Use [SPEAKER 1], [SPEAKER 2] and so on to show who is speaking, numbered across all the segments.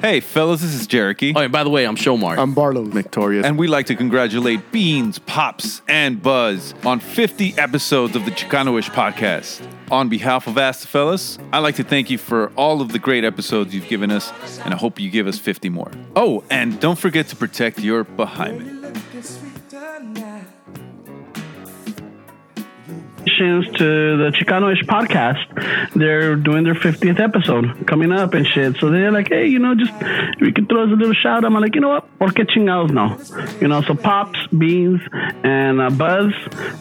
[SPEAKER 1] Hey, fellas, this is Jericho.
[SPEAKER 2] Oh, and by the way, I'm Shomar.
[SPEAKER 3] I'm Barlow.
[SPEAKER 4] Victorious.
[SPEAKER 1] And we like to congratulate Beans, Pops, and Buzz on 50 episodes of the Chicanoish podcast. On behalf of Ask the Fellas, I'd like to thank you for all of the great episodes you've given us, and I hope you give us 50 more. Oh, and don't forget to protect your behind.
[SPEAKER 5] to the Chicanoish podcast. They're doing their 50th episode coming up and shit. So they're like, hey, you know, just we could throw us a little shout. I'm like, you know what? Por que chingados no? You know, so Pops, Beans, and uh, Buzz,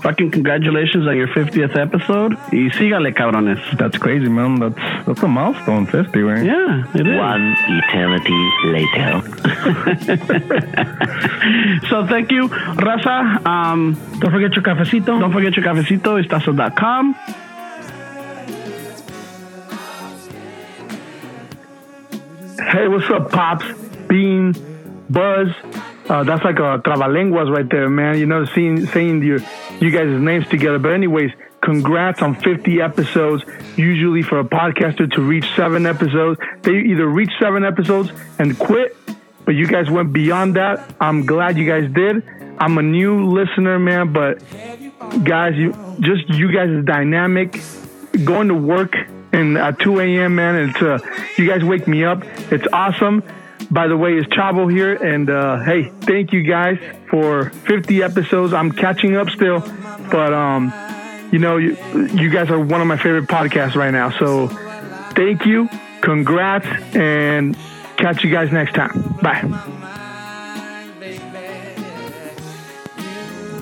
[SPEAKER 5] fucking congratulations on your 50th episode. Y sígale, cabrones.
[SPEAKER 6] That's crazy, man. That's that's a milestone, 50, right?
[SPEAKER 5] Yeah, it is.
[SPEAKER 7] One eternity later.
[SPEAKER 5] So thank you, Raza. Um, don't forget your cafecito. Don't forget your cafecito. Estazo.com.
[SPEAKER 8] Hey, what's up, Pops, Bean, Buzz? Uh, that's like a trabalenguas right there, man. You know, seeing, saying your, you guys' names together. But anyways, congrats on 50 episodes. Usually for a podcaster to reach seven episodes, they either reach seven episodes and quit, but you guys went beyond that. I'm glad you guys did. I'm a new listener, man, but guys, you just you guys' dynamic going to work and at 2 a.m. man, it's uh, you guys wake me up. It's awesome. By the way, it's Chavo here, and uh, hey, thank you guys for 50 episodes. I'm catching up still, but um, you know, you, you guys are one of my favorite podcasts right now. So, thank you, congrats, and catch you guys next time. Bye.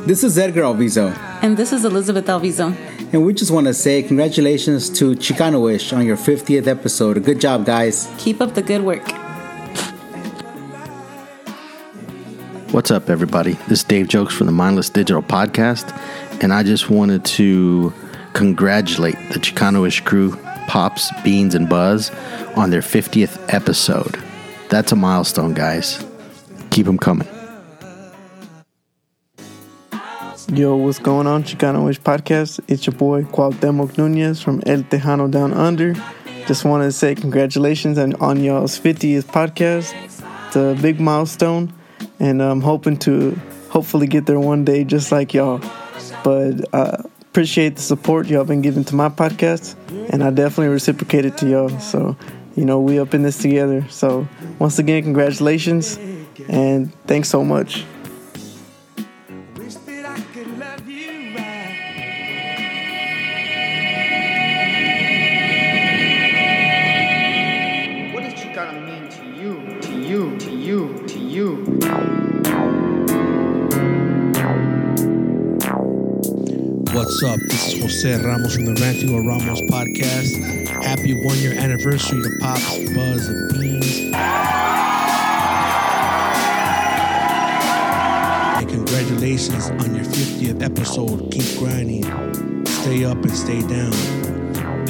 [SPEAKER 9] This is Edgar Alviso,
[SPEAKER 10] And this is Elizabeth Alviso.
[SPEAKER 9] and we just want to say congratulations to Chicanoish on your 50th episode. Good job, guys.
[SPEAKER 10] Keep up the good work.
[SPEAKER 4] What's up, everybody? This is Dave Jokes from the Mindless Digital Podcast, and I just wanted to congratulate the Chicanoish crew, Pops, Beans, and Buzz, on their 50th episode. That's a milestone, guys. Keep them coming.
[SPEAKER 3] Yo, what's going on, Chicano Wish Podcast? It's your boy Cuauhtemoc Nunez from El Tejano Down Under. Just wanted to say congratulations on, on y'all's 50th podcast. It's a big milestone, and I'm hoping to hopefully get there one day just like y'all. But uh, appreciate the support y'all been giving to my podcast, and I definitely reciprocate it to y'all. So, you know, we up in this together. So, once again, congratulations, and thanks so much.
[SPEAKER 11] What does Chicano mean to you? To you, to you, to you.
[SPEAKER 12] What's up? This is Jose Ramos from the Rancho Ramos podcast. Happy one year anniversary to Pops, Buzz, and Beans. And congratulations on your 50th episode. Keep grinding. Stay up and stay down.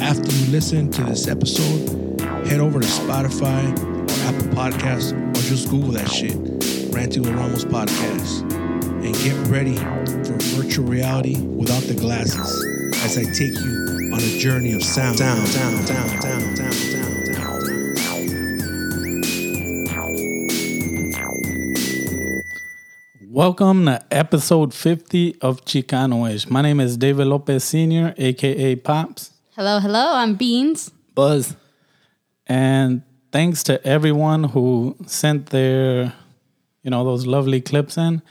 [SPEAKER 12] After you listen to this episode, head over to Spotify or Apple Podcasts or just Google that shit. Ranty with Ramos Podcast. And get ready for virtual reality without the glasses as I take you on a journey of sound. Sound, sound, sound, sound, sound, sound, sound, sound.
[SPEAKER 13] Welcome to episode 50 of Chicanoish. My name is David Lopez Sr., aka Pops.
[SPEAKER 10] Hello, hello. I'm Beans.
[SPEAKER 13] Buzz. And thanks to everyone who sent their, you know, those lovely clips in.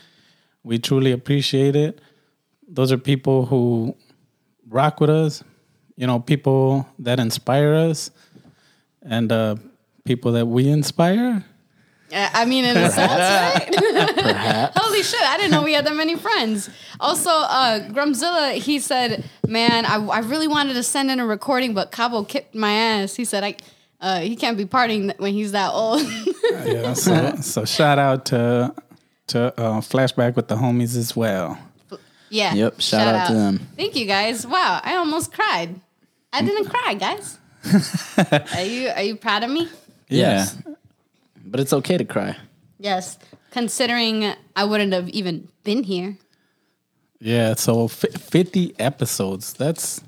[SPEAKER 13] We truly appreciate it. Those are people who rock with us, you know, people that inspire us and uh, people that we inspire.
[SPEAKER 10] I mean, in a sense, right? Holy shit, I didn't know we had that many friends. Also, uh, Grumzilla, he said, man, I, I really wanted to send in a recording, but Cabo kicked my ass. He said, I, uh, he can't be partying when he's that old.
[SPEAKER 13] Yeah, so, so shout out to to uh, Flashback with the homies as well.
[SPEAKER 10] yeah.
[SPEAKER 2] Yep, shout out to them.
[SPEAKER 10] Thank you, guys. Wow, I almost cried. I didn't cry, guys. are you are you proud of me?
[SPEAKER 2] Yes. But it's okay to cry.
[SPEAKER 10] Yes. Considering I wouldn't have even been here.
[SPEAKER 13] Yeah, so fi 50 episodes. That's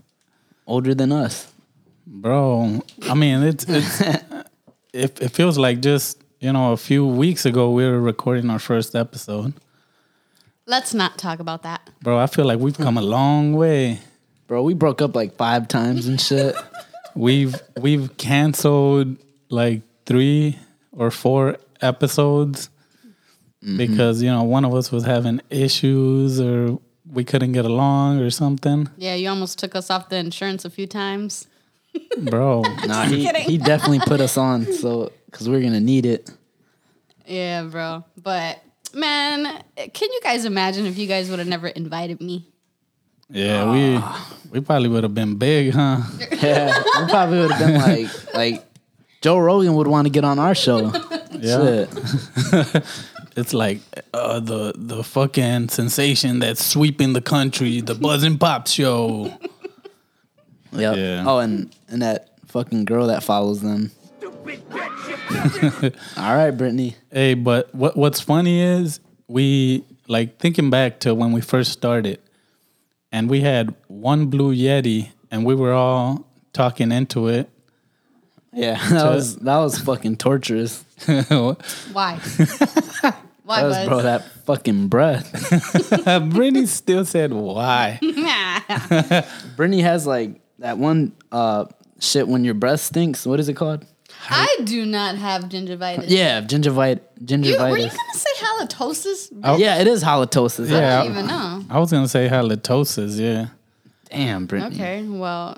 [SPEAKER 2] Older than us.
[SPEAKER 13] bro. I mean, it's it's
[SPEAKER 8] it, it feels like just you know a few weeks ago we were recording our first episode,
[SPEAKER 3] Let's not talk about that.
[SPEAKER 8] bro. I feel like we've come a long way,
[SPEAKER 4] bro. We broke up like five times and shit.
[SPEAKER 8] we've we've canceled like three or four episodes because you know one of us was having issues or we couldn't get along or something,
[SPEAKER 3] Yeah, you almost took us off the insurance a few times.
[SPEAKER 8] bro.
[SPEAKER 4] nah, he,
[SPEAKER 3] kidding.
[SPEAKER 4] he definitely put us on, so because we're gonna need it.
[SPEAKER 3] Yeah, bro. But man, can you guys imagine if you guys would have never invited me?
[SPEAKER 8] Yeah, we we probably would have been big, huh?
[SPEAKER 4] Yeah, we probably would have been like like Joe Rogan would want to get on our show.
[SPEAKER 8] Yeah.
[SPEAKER 4] Shit.
[SPEAKER 8] it's like uh, the the fucking sensation that's sweeping the country, the Buzz and Pop show.
[SPEAKER 4] Yep. Oh, and and that fucking girl that follows them. All right, Brittany.
[SPEAKER 8] Hey, but what what's funny is we like thinking back to when we first started, and we had one blue yeti, and we were all talking into it.
[SPEAKER 4] Yeah, that was that was fucking torturous.
[SPEAKER 3] Why? Why
[SPEAKER 4] That was, bro, that fucking breath.
[SPEAKER 8] Brittany still said why.
[SPEAKER 4] Brittany has like that one uh shit when your breath stinks. What is it called?
[SPEAKER 3] I do not have gingivitis.
[SPEAKER 4] Yeah, gingivite
[SPEAKER 3] You, were you
[SPEAKER 4] gingivitis.
[SPEAKER 3] gonna say halitosis?
[SPEAKER 8] Oh.
[SPEAKER 4] yeah, it is halitosis.
[SPEAKER 3] I don't even know.
[SPEAKER 8] I was gonna say halitosis. Yeah.
[SPEAKER 4] Damn,
[SPEAKER 3] Okay, well,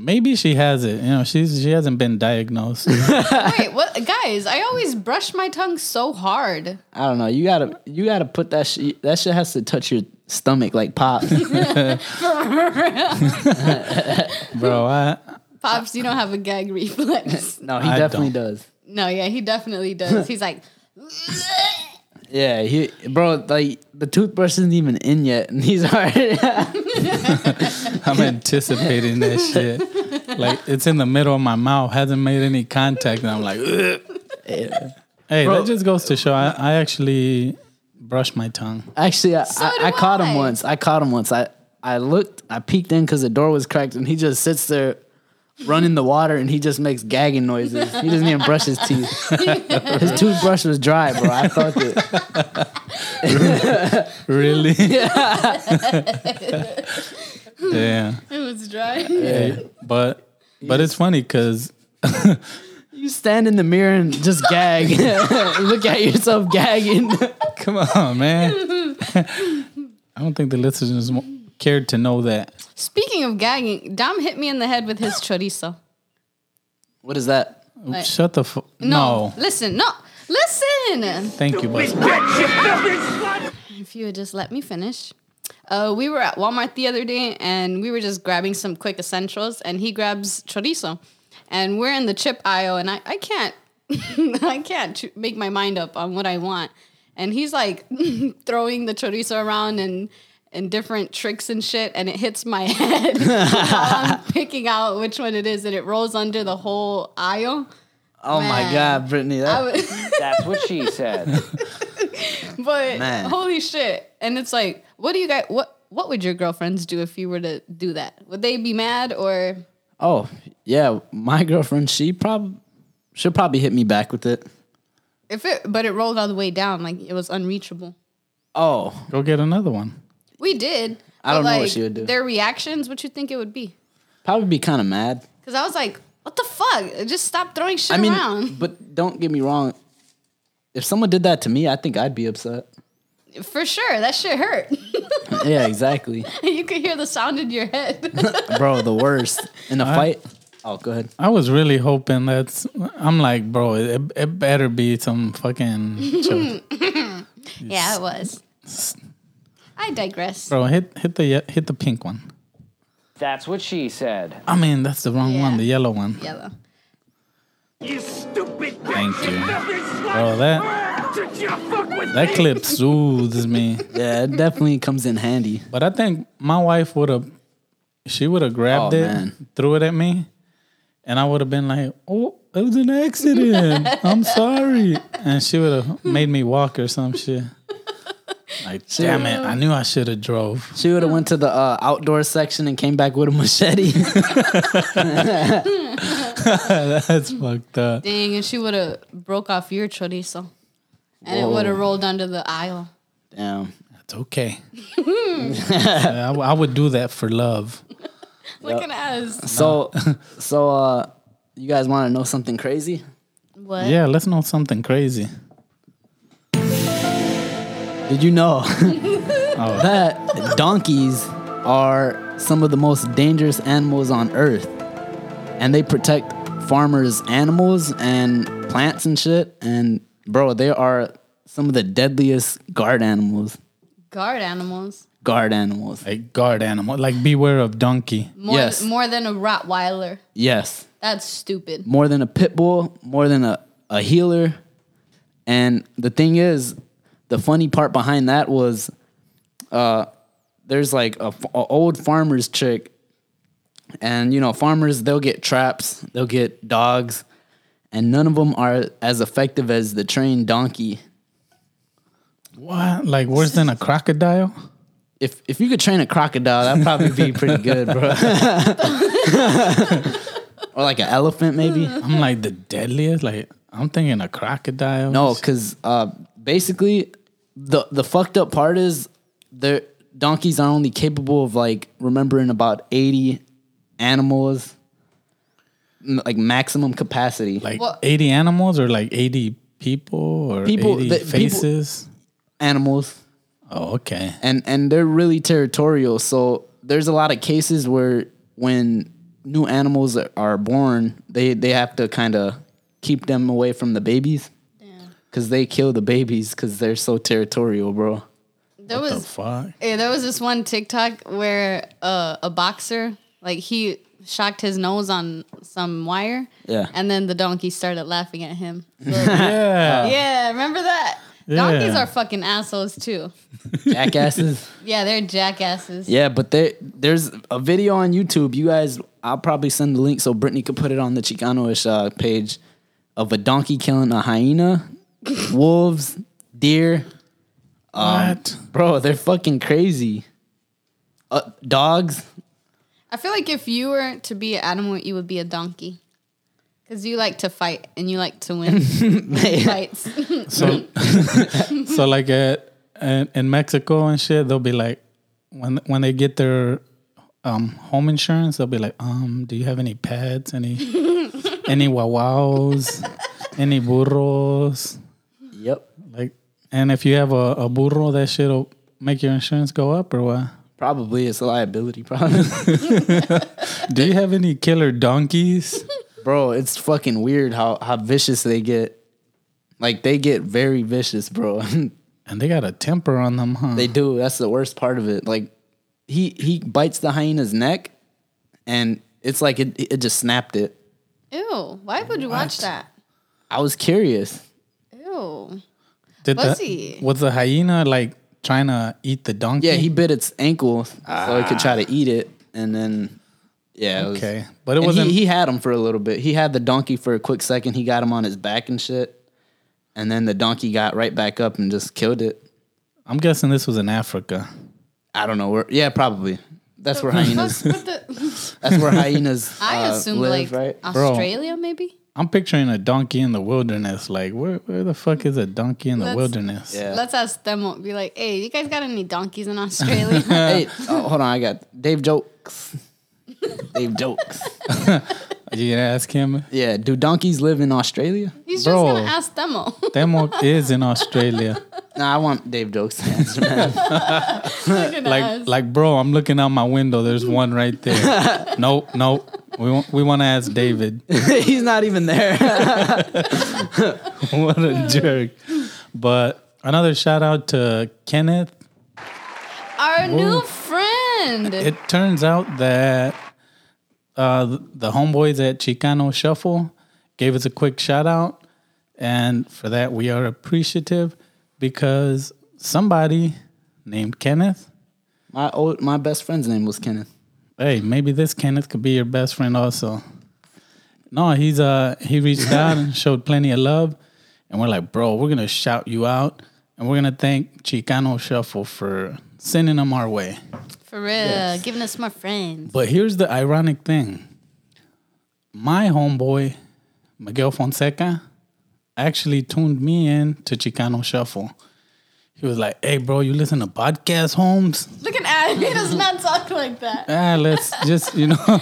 [SPEAKER 8] Maybe she has it. You know, she's she hasn't been diagnosed.
[SPEAKER 3] wait, what, guys? I always brush my tongue so hard.
[SPEAKER 4] I don't know. You gotta you gotta put that shit. That shit has to touch your stomach like pop.
[SPEAKER 8] Bro, I
[SPEAKER 3] Pops, you don't have a gag reflex.
[SPEAKER 4] no, he
[SPEAKER 8] I
[SPEAKER 4] definitely
[SPEAKER 8] don't.
[SPEAKER 4] does.
[SPEAKER 3] No, yeah, he definitely does. He's like,
[SPEAKER 4] Yeah, he bro, like the toothbrush isn't even in yet, and he's already.
[SPEAKER 8] I'm anticipating that shit. Like it's in the middle of my mouth, hasn't made any contact, and I'm like, "Ugh." hey,
[SPEAKER 4] Bro.
[SPEAKER 8] that just goes to show I, I actually brush my tongue.
[SPEAKER 4] Actually, I, I, I caught him once. I caught him once. I, I looked, I peeked in because the door was cracked, and he just sits there running the water and he just makes gagging noises. He doesn't even brush his teeth. his toothbrush was dry, bro. I felt it.
[SPEAKER 8] Really?
[SPEAKER 3] it
[SPEAKER 8] Yeah.
[SPEAKER 3] was dry.
[SPEAKER 8] Hey, but but it's funny because
[SPEAKER 4] You stand in the mirror and just gag. Look at yourself gagging.
[SPEAKER 8] come on, man. I don't think the listeners wa- cared to know that.
[SPEAKER 3] Speaking of gagging, Dom hit me in the head with his chorizo.
[SPEAKER 4] What is that?
[SPEAKER 3] Like-
[SPEAKER 8] Shut the fu-
[SPEAKER 3] No,
[SPEAKER 8] no.
[SPEAKER 3] listen, no, listen.
[SPEAKER 8] Thank you, Buster.
[SPEAKER 3] If you would just let me finish. Uh, we were at Walmart the other day and we were just grabbing some quick essentials and he grabs chorizo and we're in the chip aisle and I, I can't I can't ch- make my mind up on what I want. And he's like throwing the chorizo around and and different tricks and shit and it hits my head while I'm picking out which one it is and it rolls under the whole aisle.
[SPEAKER 4] Oh my
[SPEAKER 3] Man.
[SPEAKER 4] God, Brittany. That,
[SPEAKER 3] I would-
[SPEAKER 4] that's what she said.
[SPEAKER 3] But
[SPEAKER 4] Man.
[SPEAKER 3] holy shit. And it's like, what do you guys what what would your girlfriends do if you were to do that? Would they be mad or
[SPEAKER 4] Oh, yeah. My girlfriend, she probably, she'll probably hit me back with it.
[SPEAKER 3] if it but it rolled all the way down, like it was unreachable.
[SPEAKER 4] Oh.
[SPEAKER 8] Go get another one.
[SPEAKER 3] We did.
[SPEAKER 4] I
[SPEAKER 3] but,
[SPEAKER 4] don't know what
[SPEAKER 3] like,
[SPEAKER 4] she would do.
[SPEAKER 3] Their reactions, what you think it would be?
[SPEAKER 4] Probably be kind of mad.
[SPEAKER 3] Because I was like, what the fuck? Just stop throwing shit
[SPEAKER 4] I mean,
[SPEAKER 3] around.
[SPEAKER 4] but don't get me wrong. If someone did that to me, I think I'd be upset.
[SPEAKER 3] For sure. That shit hurt.
[SPEAKER 4] yeah, exactly,
[SPEAKER 3] you could hear the sound in your head.
[SPEAKER 4] bro. The worst in a
[SPEAKER 8] I-
[SPEAKER 4] fight. Oh, go ahead.
[SPEAKER 8] I was really hoping that's. I'm like, bro, it, it better be some fucking. cho-
[SPEAKER 3] yeah, it was. I digress.
[SPEAKER 8] bro, hit hit the ye- hit the pink one.
[SPEAKER 12] That's what she said.
[SPEAKER 8] I mean, that's the wrong one, the yellow one.
[SPEAKER 3] Yellow.
[SPEAKER 12] You stupid
[SPEAKER 8] Thank you. Bro, that that clip soothes me.
[SPEAKER 4] Yeah, it definitely comes in handy.
[SPEAKER 8] But I think my wife would have, she would have grabbed
[SPEAKER 4] Oh,
[SPEAKER 8] it,
[SPEAKER 4] man.
[SPEAKER 8] threw it at me, and I would have been like, "Oh, it was an accident. I'm sorry." And she would have made me walk or some shit. Like, damn it! I knew I should have drove.
[SPEAKER 4] She would have went to the uh, outdoor section and came back with a machete.
[SPEAKER 8] That's fucked up.
[SPEAKER 3] Dang, and she would have broke off your chorizo. And it
[SPEAKER 8] Whoa.
[SPEAKER 3] would have rolled under the aisle.
[SPEAKER 4] Damn.
[SPEAKER 8] That's okay.
[SPEAKER 4] Hmm.
[SPEAKER 8] I, w- I would do that for love.
[SPEAKER 3] Look at us.
[SPEAKER 4] So, so uh, you guys want to know something crazy?
[SPEAKER 3] What?
[SPEAKER 8] Yeah, let's know something crazy.
[SPEAKER 4] Did you know that donkeys are some of the most dangerous animals on earth? And they protect farmers' animals and plants and shit. And bro, they are some of the deadliest guard animals.
[SPEAKER 3] Guard animals.
[SPEAKER 4] Guard animals.
[SPEAKER 8] Like guard animal. Like beware of donkey.
[SPEAKER 3] More,
[SPEAKER 4] Yes.
[SPEAKER 3] more than a Rottweiler.
[SPEAKER 4] Yes.
[SPEAKER 3] That's stupid.
[SPEAKER 4] more than a pit bull, more than a, a healer. And the thing is, the funny part behind that was uh, there's like a, f- a old farmer's chick. And, you know, farmers, they'll get traps, they'll get dogs. And none of them are as effective as the trained donkey.
[SPEAKER 8] What? Like worse than a crocodile?
[SPEAKER 4] If, if you could train a crocodile, that'd probably be pretty good, bro. or like an elephant, maybe.
[SPEAKER 8] I'm like the deadliest. Like I'm thinking a crocodile.
[SPEAKER 4] No, because uh, basically, the the fucked up part is their donkeys are only capable of like remembering about eighty animals, m- like maximum capacity.
[SPEAKER 8] Like eighty animals or like eighty people or
[SPEAKER 4] People-
[SPEAKER 8] eighty
[SPEAKER 4] the- people-
[SPEAKER 8] faces.
[SPEAKER 4] animals.
[SPEAKER 8] Oh, okay.
[SPEAKER 4] and and they're really territorial. So there's a lot of cases where when new animals are- are born, they they have to kind of keep them away from the babies. Cause they kill the babies because they're so territorial, bro.
[SPEAKER 3] There was
[SPEAKER 8] fuck?
[SPEAKER 3] Yeah, there was this one TikTok where uh, a boxer, like he shocked his nose on some wire.
[SPEAKER 4] Yeah.
[SPEAKER 3] And then the donkey started laughing at him.
[SPEAKER 4] Yeah.
[SPEAKER 3] yeah, remember that?
[SPEAKER 4] Yeah.
[SPEAKER 3] Donkeys are fucking assholes too.
[SPEAKER 4] Jackasses.
[SPEAKER 3] Yeah, they're jackasses.
[SPEAKER 4] Yeah, but there, there's a video on YouTube. You guys, I'll probably send the link so Brittany could put it on the Chicanoish uh, page of a donkey killing a hyena, wolves, deer. Um, Bro, they're fucking crazy. Uh, dogs.
[SPEAKER 3] I feel like if you were to be an animal, you would be a donkey. Because you like to fight and you like to win fights.
[SPEAKER 8] So, so like at, in, in Mexico and shit, they'll be like, when when they get their um, home insurance, they'll be like, um, do you have any pets, any any wawaos, any burros?
[SPEAKER 4] Yep.
[SPEAKER 8] Like, and if you have a, a burro, that shit'll make your insurance go up or what?
[SPEAKER 4] Probably it's a liability problem.
[SPEAKER 8] do you have any killer donkeys?
[SPEAKER 4] Bro, it's fucking weird how, how vicious they get. Like, they get very vicious, bro.
[SPEAKER 8] and they got a temper on them, huh?
[SPEAKER 4] They do. That's the worst part of it. Like, he, he bites the hyena's neck, and it's like it, it just snapped it.
[SPEAKER 3] Ew, why would you watch that?
[SPEAKER 4] I was curious.
[SPEAKER 3] Ew.
[SPEAKER 8] Did
[SPEAKER 3] Pussy.
[SPEAKER 8] the, was the hyena like trying to eat the donkey?
[SPEAKER 4] Yeah, he bit its ankle so it could try to eat it, and then yeah, it was-
[SPEAKER 8] Okay. But it
[SPEAKER 4] and he-
[SPEAKER 8] wasn't-
[SPEAKER 4] He, had him for a little bit. He had the donkey for a quick second. He got him on his back and shit, and then the donkey got right back up and just killed it.
[SPEAKER 8] I'm guessing this was in Africa.
[SPEAKER 4] I don't know where. Yeah, probably. That's where
[SPEAKER 3] But
[SPEAKER 4] hyenas.
[SPEAKER 3] what's
[SPEAKER 8] uh,
[SPEAKER 3] with the-
[SPEAKER 4] that's where hyenas.
[SPEAKER 3] I
[SPEAKER 4] uh,
[SPEAKER 3] assume
[SPEAKER 4] live,
[SPEAKER 3] like um,
[SPEAKER 4] right?
[SPEAKER 8] Bro.
[SPEAKER 3] Australia, maybe.
[SPEAKER 8] I'm picturing a donkey in the wilderness. Like, where where the fuck is a donkey in the
[SPEAKER 3] Let's-
[SPEAKER 8] wilderness?
[SPEAKER 3] Let's ask them. Be like, hey, you guys got any donkeys in Australia?
[SPEAKER 4] hey, oh, hold on. I got Dave jokes. Dave jokes.
[SPEAKER 8] you gonna ask him?
[SPEAKER 4] Yeah. Do donkeys live in Australia?
[SPEAKER 3] He's just gonna ask Demo.
[SPEAKER 8] Demo is in Australia.
[SPEAKER 4] Nah, I want Dave jokes to answer, man.
[SPEAKER 3] at
[SPEAKER 8] like,
[SPEAKER 3] us.
[SPEAKER 8] like, bro, I'm looking out my window. There's one right there. nope, nope. We want, we want to ask David.
[SPEAKER 4] He's not even there.
[SPEAKER 8] what a jerk. But another shout out to Kenneth.
[SPEAKER 3] Our new
[SPEAKER 8] Ooh.
[SPEAKER 3] friend.
[SPEAKER 8] It turns out that uh, th- the homeboys at Chicano Shuffle gave us a quick shout out. And for that, we are appreciative because somebody named Kenneth.
[SPEAKER 4] My old, my best friend's name was Kenneth.
[SPEAKER 8] Hey, maybe this Kenneth could be your best friend also. No, he's uh he reached out and showed plenty of love, and we're like, bro, we're gonna shout you out, and we're gonna thank Chicano Shuffle for sending them our way.
[SPEAKER 3] For real, giving us more friends.
[SPEAKER 8] But here's the ironic thing. my homeboy Miguel Fonseca actually tuned me in to Chicano Shuffle. He was like, "Hey, bro, you listen to podcast, Holmes?
[SPEAKER 3] Look at Adam. He does not talk like that.
[SPEAKER 8] Ah, let's just you know,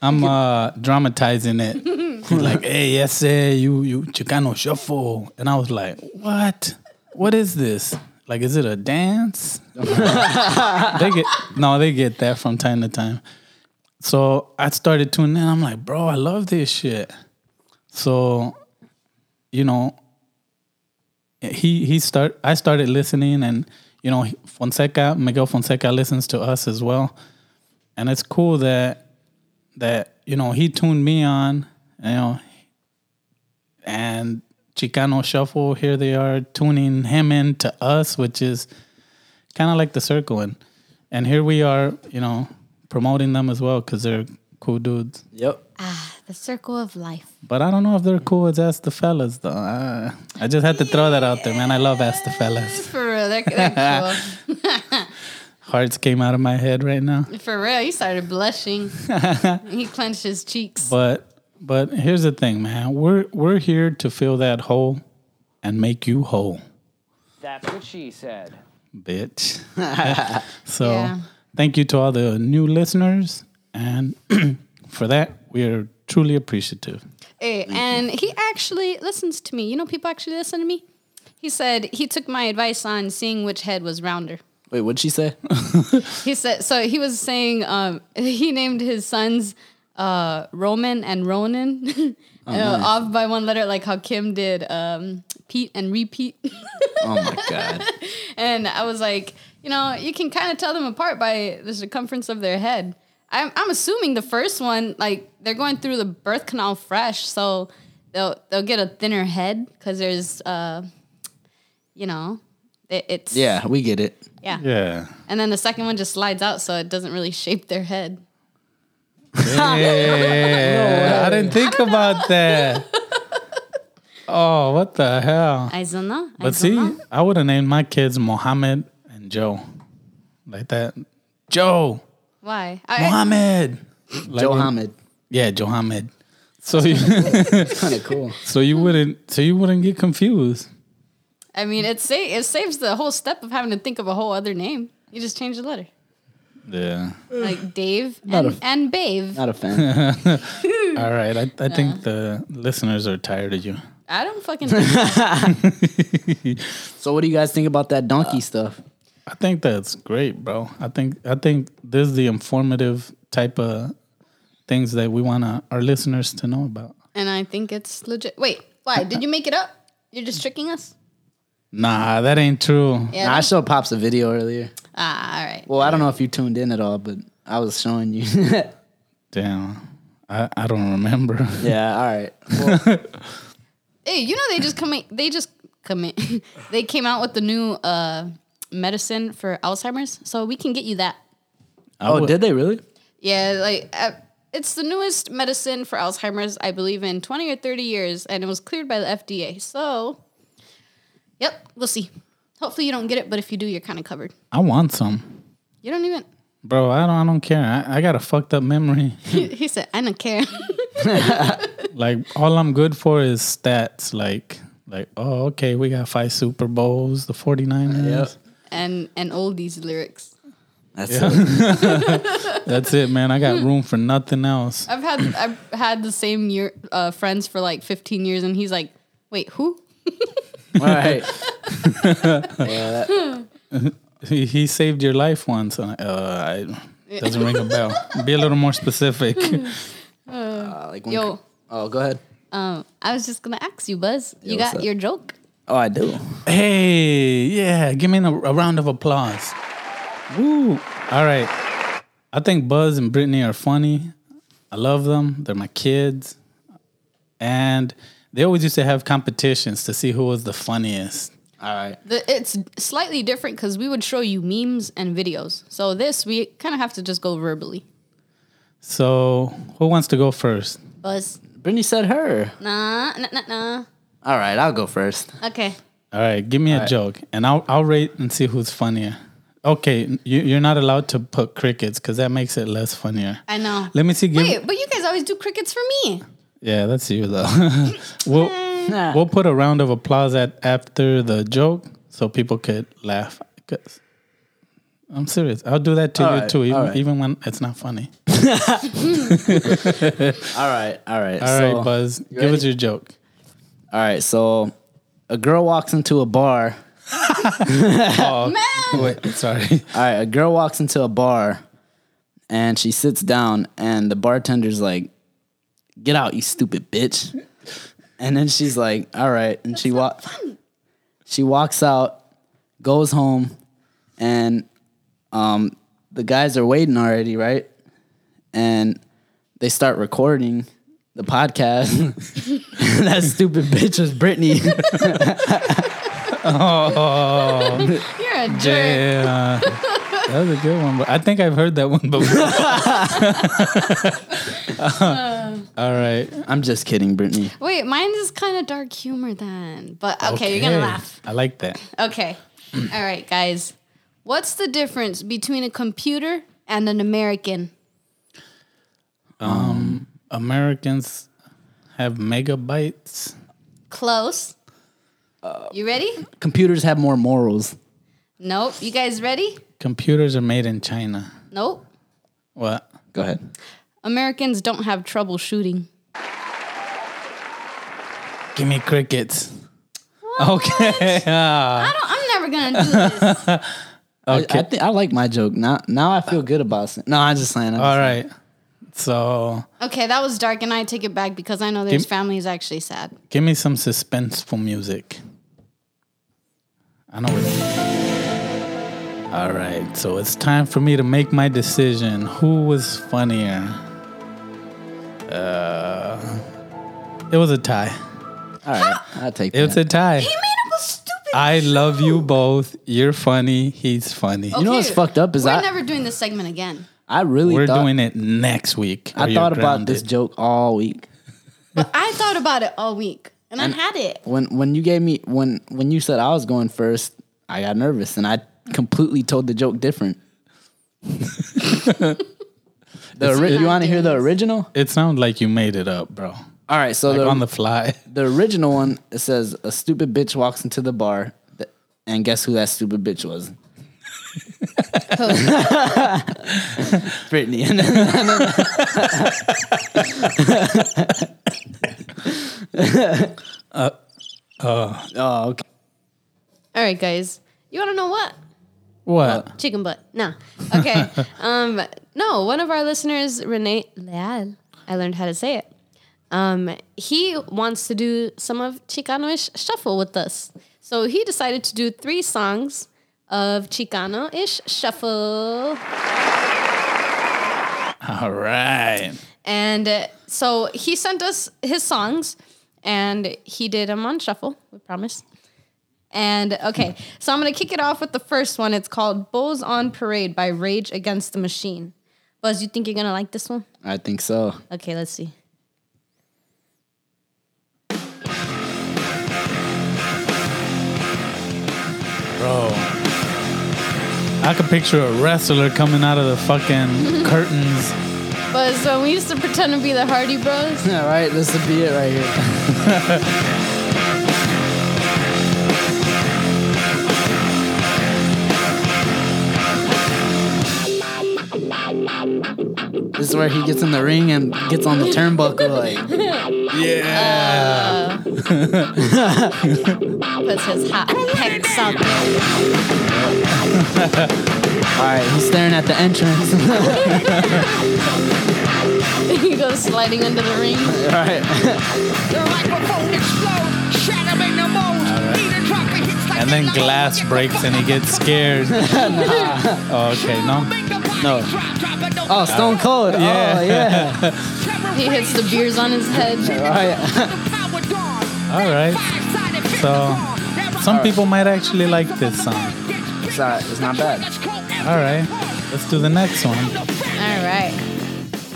[SPEAKER 8] I'm uh, dramatizing it." He's like, "Hey, yes, eh, you you Chicano Shuffle," and I was like, "What? What is this? Like, is it a dance?" they get no, they get that from time to time. So I started tuning in. I'm like, bro, I love this shit. So, you know, he he start I started listening, and you know, Fonseca Miguel Fonseca listens to us as well, and it's cool that that you know he tuned me on, you know, and Chicano Shuffle here they are tuning him in to us, which is kind of like the circle, and and here we are, you know, promoting them as well because they're cool dudes.
[SPEAKER 4] Yep.
[SPEAKER 3] Ah, the circle of life.
[SPEAKER 8] But I don't know if they're cool as Ask the Fellas, though. I, I just had to throw that out there, man. I love Ask the Fellas.
[SPEAKER 3] For real, they're, they're
[SPEAKER 8] Hearts came out of my head right now.
[SPEAKER 3] cool. For real, he started blushing. he clenched his cheeks.
[SPEAKER 8] But but here's the thing, man. We're we're here to fill that hole and make you whole,
[SPEAKER 12] That's what she said.
[SPEAKER 8] bitch. so
[SPEAKER 12] Yeah.
[SPEAKER 8] thank you to all the new listeners, and for that we are truly appreciative.
[SPEAKER 3] Hey, Eh, and he actually listens to me. You know, people actually listen to me. He said he took my advice on seeing which head was rounder.
[SPEAKER 4] Wait, what'd she say?
[SPEAKER 3] He said so. He was saying um, he named his sons uh, Roman and Ronan,
[SPEAKER 4] Oh,
[SPEAKER 3] uh,
[SPEAKER 4] nice.
[SPEAKER 3] off by one letter, like how Kim did um, Pete and repeat.
[SPEAKER 4] Oh my god.
[SPEAKER 3] and I was like, you know, you can kind of tell them apart by the circumference of their head. I'm, I'm assuming the first one, like they're going through the birth canal fresh, so they'll they'll get a thinner head because there's, uh, you know, it, it's
[SPEAKER 4] Yeah, we get it.
[SPEAKER 3] yeah.
[SPEAKER 8] Yeah.
[SPEAKER 3] And then the second one just slides out, so it doesn't really shape their head.
[SPEAKER 8] Yeah, I didn't think about that. Oh, what the hell?
[SPEAKER 3] I don't know. I
[SPEAKER 8] But
[SPEAKER 3] don't
[SPEAKER 8] see,
[SPEAKER 3] know.
[SPEAKER 8] I would have named my kids Mohammed and Joe, like that. Joe,
[SPEAKER 3] why? I-
[SPEAKER 8] Mohammed, like
[SPEAKER 4] Joe
[SPEAKER 8] in-
[SPEAKER 4] Hamid.
[SPEAKER 8] Yeah, Johammed. So you,
[SPEAKER 4] Kind of cool.
[SPEAKER 8] so you wouldn't, so you wouldn't get confused.
[SPEAKER 3] I mean, it sa- it saves the whole step of having to think of a whole other name. You just change the letter,
[SPEAKER 8] Yeah.
[SPEAKER 3] like Dave
[SPEAKER 8] Not
[SPEAKER 3] and,
[SPEAKER 8] a-
[SPEAKER 3] and Bave.
[SPEAKER 8] Not a fan. All right, I, I think the listeners are tired of you.
[SPEAKER 3] I don't fucking. Think
[SPEAKER 4] so what do you guys think about that donkey stuff?
[SPEAKER 8] I think that's great, bro. I think I think this is the informative type of things that we want our listeners to know about.
[SPEAKER 3] and I think it's legit. Wait, why did you make it up? You're just tricking us.
[SPEAKER 8] Nah, that ain't true.
[SPEAKER 3] Yeah, Nah, I that-
[SPEAKER 4] showed Pops a video earlier.
[SPEAKER 3] Ah, all right.
[SPEAKER 4] Well, I don't know if you tuned in at all, but I was showing you.
[SPEAKER 8] Damn. I, I don't remember.
[SPEAKER 4] Yeah, all right.
[SPEAKER 3] Hey, you know they just come. They just come. they came out with the new uh, medicine for Alzheimer's, so we can get you that.
[SPEAKER 4] oh, did they really?
[SPEAKER 3] Yeah, like uh, it's the newest medicine for Alzheimer's, I believe, in 20 or 30 years, and it was cleared by the FDA. So, yep, we'll see. Hopefully, you don't get it, but if you do, you're kind of covered.
[SPEAKER 8] I want some.
[SPEAKER 3] You don't even.
[SPEAKER 8] Bro, I don't I don't care. I, I got a fucked up memory.
[SPEAKER 3] He, he said, "I don't care."
[SPEAKER 8] like all I'm good for is stats like like oh okay, we got five Super Bowls, the 49ers.
[SPEAKER 3] and and oldies lyrics.
[SPEAKER 4] That's
[SPEAKER 8] it. That's it, man. I got room for nothing else.
[SPEAKER 3] I've had I've had the same year uh, friends for like 15 years, and he's like, "Wait, who?"
[SPEAKER 4] All right.
[SPEAKER 8] he, he saved your life once. Uh, uh, I, doesn't ring a bell. Be a little more specific.
[SPEAKER 3] Uh,
[SPEAKER 4] like
[SPEAKER 8] when-
[SPEAKER 3] yo,
[SPEAKER 4] Oh, go ahead.
[SPEAKER 3] um, I was just gonna ask you, Buzz.
[SPEAKER 8] Yeah,
[SPEAKER 3] you
[SPEAKER 8] what's
[SPEAKER 3] got
[SPEAKER 8] up?
[SPEAKER 3] your joke?
[SPEAKER 4] Oh, I do.
[SPEAKER 8] Hey, yeah. Give me a, a round of applause. Woo. All right. I think Buzz and Brittany are funny. I love them. They're my kids. And they always used to have competitions to see who was the funniest.
[SPEAKER 4] All right.
[SPEAKER 3] The, it's slightly different because we would show you memes and videos. So this we kind of have to just go verbally.
[SPEAKER 8] So, who wants to go first?
[SPEAKER 3] Buzz,
[SPEAKER 4] Brittany said her.
[SPEAKER 3] nah, nah, nah, nah.
[SPEAKER 4] All right, I'll go first.
[SPEAKER 3] Okay.
[SPEAKER 8] All right, give me a
[SPEAKER 4] All right.
[SPEAKER 8] joke, and I'll I'll rate and see who's funnier. Okay, you, you're not allowed to put crickets because that makes it less funnier.
[SPEAKER 3] I know.
[SPEAKER 8] Let me see. Give,
[SPEAKER 3] Ah. Wait, but you guys always do crickets for me.
[SPEAKER 8] Yeah, that's you though. we'll we'll put a round of applause at after the joke so people could laugh. 'Cause I'm serious. I'll do that to
[SPEAKER 4] All
[SPEAKER 8] you
[SPEAKER 4] right,
[SPEAKER 8] too, even,
[SPEAKER 4] all right.
[SPEAKER 8] even when it's not funny.
[SPEAKER 4] all right, all right.
[SPEAKER 8] All right, Buzz, give us your joke.
[SPEAKER 4] All right, so a girl walks into a bar.
[SPEAKER 8] wait, sorry.
[SPEAKER 4] All right, a girl walks into a bar and she sits down, and the bartender's like, "Get out, you stupid bitch!" And then she's like, "All right," and she walks. She walks out, goes home, and um, the guys are waiting already, right? And they start recording the podcast. that stupid bitch was Brittany.
[SPEAKER 8] Oh,
[SPEAKER 3] You're a jerk.
[SPEAKER 8] yeah. That was a good one, but I think I've heard that one before. All right.
[SPEAKER 4] I'm just kidding, Brittany.
[SPEAKER 3] Wait, mine is kind of dark humor then. But okay, you're gonna laugh.
[SPEAKER 8] I like that.
[SPEAKER 3] Okay. All right, guys. What's the difference between a computer and an American?
[SPEAKER 8] Um, Americans have megabytes.
[SPEAKER 3] Close.
[SPEAKER 8] Uh,
[SPEAKER 3] you ready?
[SPEAKER 4] Computers have more morals.
[SPEAKER 3] Nope. You guys ready?
[SPEAKER 8] Computers are made in China.
[SPEAKER 3] Nope.
[SPEAKER 8] What?
[SPEAKER 4] Go ahead.
[SPEAKER 3] Americans don't have trouble shooting.
[SPEAKER 8] Give me crickets. Okay.
[SPEAKER 3] I don't. I'm never gonna do this.
[SPEAKER 4] Okay. I, I, thi- I like my joke. Now now I feel good about it. No, I'm just saying. I'm
[SPEAKER 8] All right. So
[SPEAKER 3] Okay, that was dark, and I take it back because I know there's
[SPEAKER 8] Give-
[SPEAKER 3] families actually sad.
[SPEAKER 8] give me some suspenseful music. I know it. All right. So it's time for me to make my decision. Who was funnier? Uh, it was a tie.
[SPEAKER 4] All right. I'll take
[SPEAKER 8] It's a tie.
[SPEAKER 3] made up a stupid.
[SPEAKER 8] I love you both. You're funny. He's funny.
[SPEAKER 4] Oh,
[SPEAKER 3] Okay, we're never doing this segment again.
[SPEAKER 4] I really
[SPEAKER 8] we're
[SPEAKER 4] thought-
[SPEAKER 8] doing it next week.
[SPEAKER 4] I thought about this joke all week.
[SPEAKER 3] But I thought about it all week, and, I had it.
[SPEAKER 4] When when you gave me when when you said I was going first, I got nervous and I completely told the joke different. the ori- you want to hear the original?
[SPEAKER 8] It sounds like you made it up, bro.
[SPEAKER 4] All right, so
[SPEAKER 8] Like
[SPEAKER 4] the,
[SPEAKER 8] on the fly.
[SPEAKER 4] the original one it says a stupid bitch walks into the bar, th- and guess who that stupid bitch was? Brittany. And then- and then-
[SPEAKER 8] Uh, uh,
[SPEAKER 4] oh, okay.
[SPEAKER 3] All right, guys, you want to know what?
[SPEAKER 8] What?
[SPEAKER 3] Chicken butt. No. Okay. um, no, one of our listeners, Renee Leal, I learned how to say it. Um, he wants to do some of Chicano-ish shuffle with us. So he decided to do three songs of Chicano-ish shuffle.
[SPEAKER 8] All right.
[SPEAKER 3] And uh, so he sent us his songs and he did them on shuffle, we promise. And okay, so I'm going to kick it off with the first one. It's called Bulls on Parade by Rage Against the Machine. Buzz, you think you're going to like this one?
[SPEAKER 4] I think so.
[SPEAKER 3] Okay, let's see.
[SPEAKER 8] Bro. I could picture a wrestler coming out of the fucking curtains.
[SPEAKER 3] Buzz, so we used to pretend to be the Hardy Bros.
[SPEAKER 4] All right, this would be it right here. this is where he gets in the ring and gets on the turnbuckle. Like,
[SPEAKER 8] yeah.
[SPEAKER 3] Puts his hot pecs out there.
[SPEAKER 4] all right, he's staring at the entrance.
[SPEAKER 3] he goes sliding under the ring.
[SPEAKER 4] all right.
[SPEAKER 14] The microphone explodes, shatter me no more. Need a drop, it hits like
[SPEAKER 8] And then glass breaks and he gets scared.
[SPEAKER 4] Nah.
[SPEAKER 8] Okay, no.
[SPEAKER 4] No. Oh, Stone Cold. Oh, yeah.
[SPEAKER 3] He hits the beers on his head.
[SPEAKER 8] All right. So, some people might actually like this song.
[SPEAKER 4] It's not, it's not bad.
[SPEAKER 8] All right. Let's do the next one.
[SPEAKER 3] All right.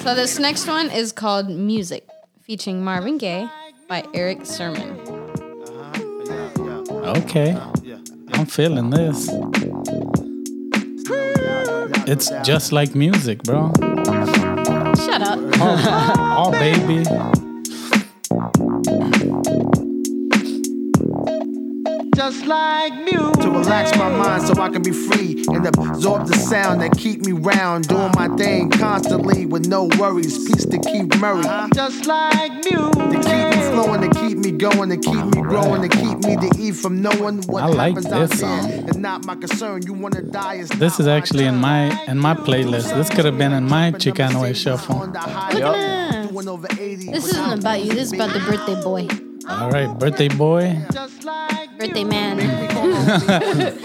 [SPEAKER 3] So this next one is called Music, featuring Marvin Gaye by Eric Sermon.
[SPEAKER 8] Okay. I'm feeling this. It's just like music, bro.
[SPEAKER 3] Shut up.
[SPEAKER 8] Oh, baby.
[SPEAKER 15] Just like music.
[SPEAKER 16] To relax my mind so I can be free and absorb the sound that keep me round, doing my thing constantly with no worries. Peace to keep Murray.
[SPEAKER 15] Uh-huh. Just like music.
[SPEAKER 16] To keep me flowing, to keep me going, to keep me growing, to keep me to eat from knowing what
[SPEAKER 8] I like
[SPEAKER 16] happens
[SPEAKER 8] this
[SPEAKER 16] out
[SPEAKER 8] song.
[SPEAKER 16] there. It's not my concern. You wanna die is
[SPEAKER 8] This is actually in my in my playlist. This could have been in my Chicano shuffle.
[SPEAKER 3] This isn't about you. This is about the birthday boy,
[SPEAKER 8] All right, birthday boy.
[SPEAKER 3] birthday man.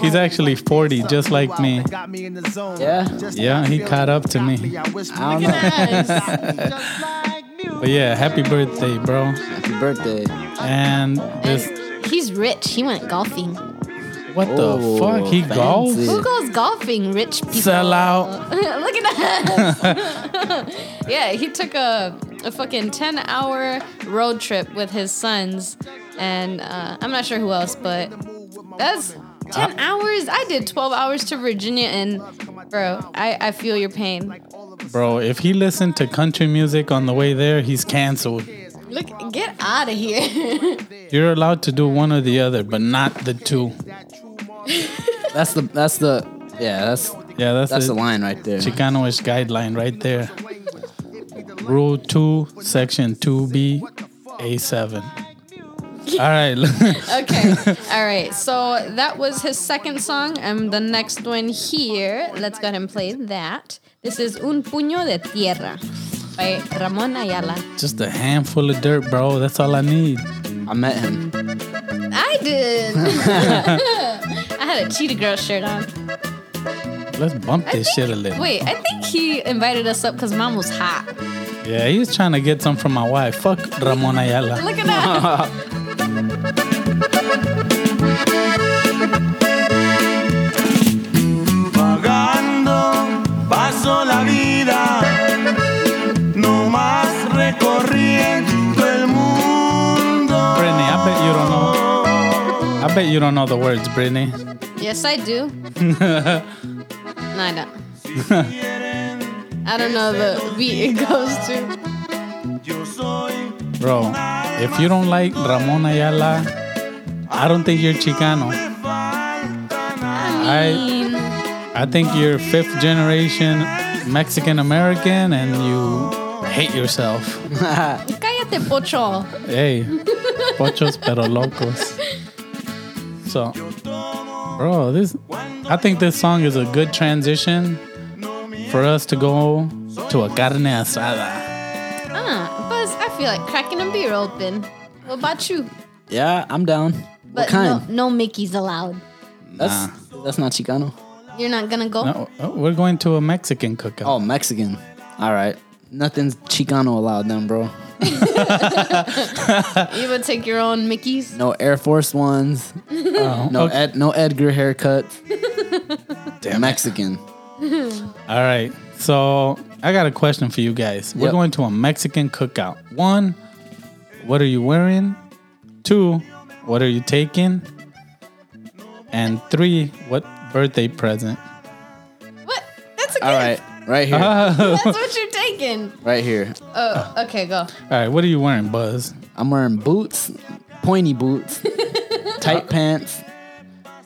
[SPEAKER 8] He's actually 40, just like me.
[SPEAKER 4] Yeah.
[SPEAKER 8] Yeah, he caught up to me.
[SPEAKER 4] I don't know.
[SPEAKER 8] But yeah, happy birthday, bro. Happy
[SPEAKER 4] birthday.
[SPEAKER 8] And this,
[SPEAKER 3] He's rich. He went golfing.
[SPEAKER 8] what
[SPEAKER 4] Oh,
[SPEAKER 8] the fuck? He
[SPEAKER 4] fancy.
[SPEAKER 3] Who
[SPEAKER 8] golfs?
[SPEAKER 3] goes golfing? Rich people.
[SPEAKER 8] Sell out.
[SPEAKER 3] Look at us. yeah, he took a, a fucking 10 hour road trip with his sons. And uh, I'm not sure who else, but that's 10 hours. I did 12 hours to Virginia. And, bro, I, I feel your pain.
[SPEAKER 8] Bro, if he listened to country music on the way there, he's canceled.
[SPEAKER 3] Look, get out of here.
[SPEAKER 8] You're allowed to do one or the other, but not the two.
[SPEAKER 4] that's the that's the yeah that's
[SPEAKER 8] yeah that's
[SPEAKER 4] that's the line right there.
[SPEAKER 8] Chicanoish guideline right there. Rule two, section two B, A seven. All right.
[SPEAKER 3] okay. All right. So that was his second song. And the next one here, let's go ahead and play that. This is Un Puño de Tierra by Ramon Ayala.
[SPEAKER 8] Just a handful of dirt, bro. That's all I need. I
[SPEAKER 4] met him.
[SPEAKER 3] I did. I had a cheetah girl shirt on.
[SPEAKER 8] Let's bump this shit a little.
[SPEAKER 3] Wait, I think he invited us up because mom was hot.
[SPEAKER 8] Yeah, he was trying to get some from my wife. Fuck Ramon Ayala.
[SPEAKER 3] Look at that.
[SPEAKER 17] Vagando paso la vida, no más recorriendo el mundo.
[SPEAKER 8] Brittany, I bet you don't know. I bet you don't know the words, Brittany.
[SPEAKER 3] Yes, I do. No, I don't. I don't know the beat it goes to.
[SPEAKER 8] Bro, if you don't like Ramon Ayala, I don't think you're Chicano. I, I think you're fifth generation Mexican American and you hate yourself.
[SPEAKER 3] Cállate, pocho.
[SPEAKER 8] hey, pochos pero locos. So, bro, this I think this song is a good transition for us to go to a carne asada.
[SPEAKER 3] Ah, Buzz, I feel like cracking a beer open. What about you?
[SPEAKER 4] Yeah, I'm down. what
[SPEAKER 3] But
[SPEAKER 4] kind?
[SPEAKER 3] no, no Mickey's allowed.
[SPEAKER 4] That's that's not Chicano.
[SPEAKER 3] You're not gonna go.
[SPEAKER 8] No, oh, we're going to a Mexican cookout.
[SPEAKER 4] Oh, Mexican. All right. Nothing's Chicano allowed then, bro.
[SPEAKER 3] You would take your own Mickey's.
[SPEAKER 4] No Air Force Ones. no
[SPEAKER 8] okay.
[SPEAKER 4] Ed, no Edgar haircuts. Mexican.
[SPEAKER 8] All right. So I got a question for you guys. We're
[SPEAKER 4] Yep.
[SPEAKER 8] going to a Mexican cookout. One, what are you wearing? Two, what are you taking? And three, what birthday present?
[SPEAKER 3] That's a
[SPEAKER 8] All
[SPEAKER 3] gift.
[SPEAKER 8] right.
[SPEAKER 4] Right
[SPEAKER 8] here.
[SPEAKER 3] That's
[SPEAKER 8] All
[SPEAKER 3] what you're taking.
[SPEAKER 4] Right here.
[SPEAKER 3] Oh, okay, go.
[SPEAKER 8] right. What are you wearing, Buzz?
[SPEAKER 4] I'm wearing boots, pointy boots, tight pants,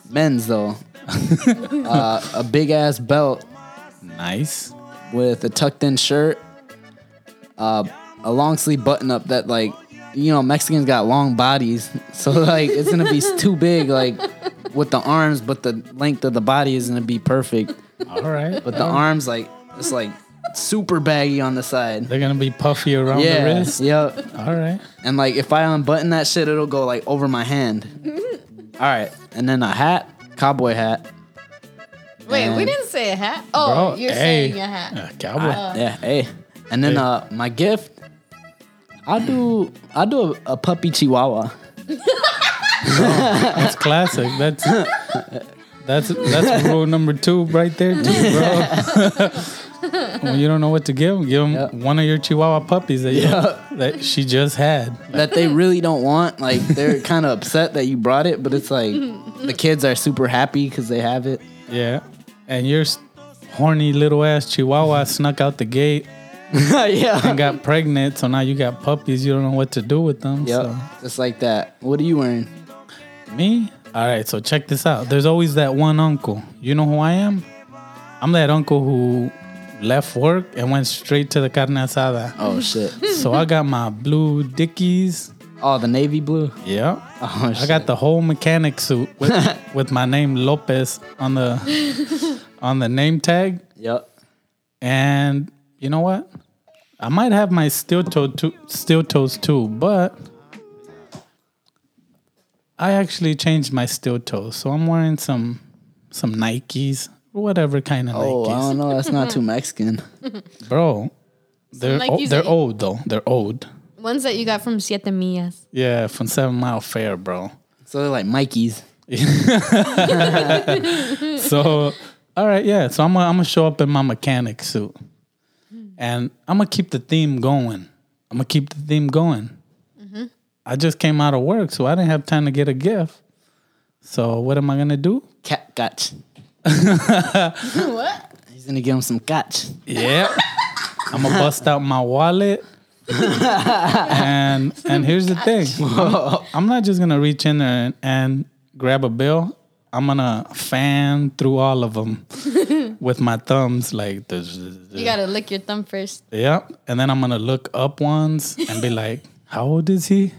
[SPEAKER 4] men's though. uh, a big ass belt.
[SPEAKER 8] Nice.
[SPEAKER 4] With a tucked in shirt. Uh, a long sleeve button up that like you know Mexicans got long bodies, so like it's gonna be too big like with the arms, but the length of the body is gonna be perfect.
[SPEAKER 8] All right.
[SPEAKER 4] But the arms like it's like super baggy on the side.
[SPEAKER 8] They're gonna be puffy around the
[SPEAKER 4] yeah,
[SPEAKER 8] wrist?
[SPEAKER 4] Yep.
[SPEAKER 8] All right.
[SPEAKER 4] And like if I unbutton that shit, it'll go like over my hand. All right. And then a hat, cowboy hat.
[SPEAKER 3] Wait, we
[SPEAKER 4] And-
[SPEAKER 3] didn't say a hat. Oh,
[SPEAKER 4] Bro,
[SPEAKER 3] you're
[SPEAKER 4] hey.
[SPEAKER 3] saying a hat.
[SPEAKER 8] Uh, cowboy.
[SPEAKER 4] I- yeah. Hey. And then
[SPEAKER 8] Hey.
[SPEAKER 4] uh my gift. I do I do a, a puppy chihuahua.
[SPEAKER 8] That's classic. That's that's that's rule number two right there, too, bro. when you don't know what to give, 'em, give them one of your Chihuahua puppies that you, that she just had.
[SPEAKER 4] that they really don't want. Like they're kind of upset that you brought it, but it's like the kids are super happy because they have it.
[SPEAKER 8] Yeah, and you're s- horny little ass chihuahua snuck out the gate.
[SPEAKER 4] yeah.
[SPEAKER 8] And got pregnant. So now you got puppies. You don't know what to do with them.
[SPEAKER 4] Yep.
[SPEAKER 8] So.
[SPEAKER 4] Just like that. What are you wearing?
[SPEAKER 8] Me? All right, so check this out. There's always that one uncle. You know who I am? I'm that uncle who left work and went straight to the carne asada.
[SPEAKER 4] Oh, shit.
[SPEAKER 8] So I got my blue Dickies.
[SPEAKER 4] Oh, the navy blue?
[SPEAKER 8] Yeah.
[SPEAKER 4] Oh,
[SPEAKER 8] I got the whole mechanic suit with, with my name Lopez on the on the name tag.
[SPEAKER 4] Yep.
[SPEAKER 8] And you know what? I might have my steel toe too, steel toes too, but I actually changed my steel toes, so I'm wearing some some Nikes, whatever kind of
[SPEAKER 4] Oh,
[SPEAKER 8] Nikes.
[SPEAKER 4] I don't know. That's not too Mexican.
[SPEAKER 8] Bro, they're
[SPEAKER 3] Some
[SPEAKER 8] o-
[SPEAKER 3] Nikes
[SPEAKER 8] they're
[SPEAKER 3] that-
[SPEAKER 8] old though. They're old.
[SPEAKER 3] Ones that you got from Siete Millas.
[SPEAKER 8] Yeah, from Seven Mile Fair, bro.
[SPEAKER 4] So they're like Mikey's.
[SPEAKER 8] so all right, yeah. So I'm gonna, I'm gonna show up in my mechanic suit, and I'm gonna keep the theme going. I'm gonna keep the theme going. I just came out of work, so I didn't have time to get a gift. So what am I gonna do?
[SPEAKER 4] Cat gotch.
[SPEAKER 3] what?
[SPEAKER 4] He's gonna give him some gotch.
[SPEAKER 8] Yep. I'm gonna bust out my wallet. and and here's the thing. I'm, I'm not just gonna reach in there and, and grab a bill. I'm gonna fan through all of them
[SPEAKER 3] you
[SPEAKER 8] with my thumbs, like this.
[SPEAKER 3] gotta lick your thumb first.
[SPEAKER 8] Yep. And then I'm gonna look up ones and be like, "How old is he?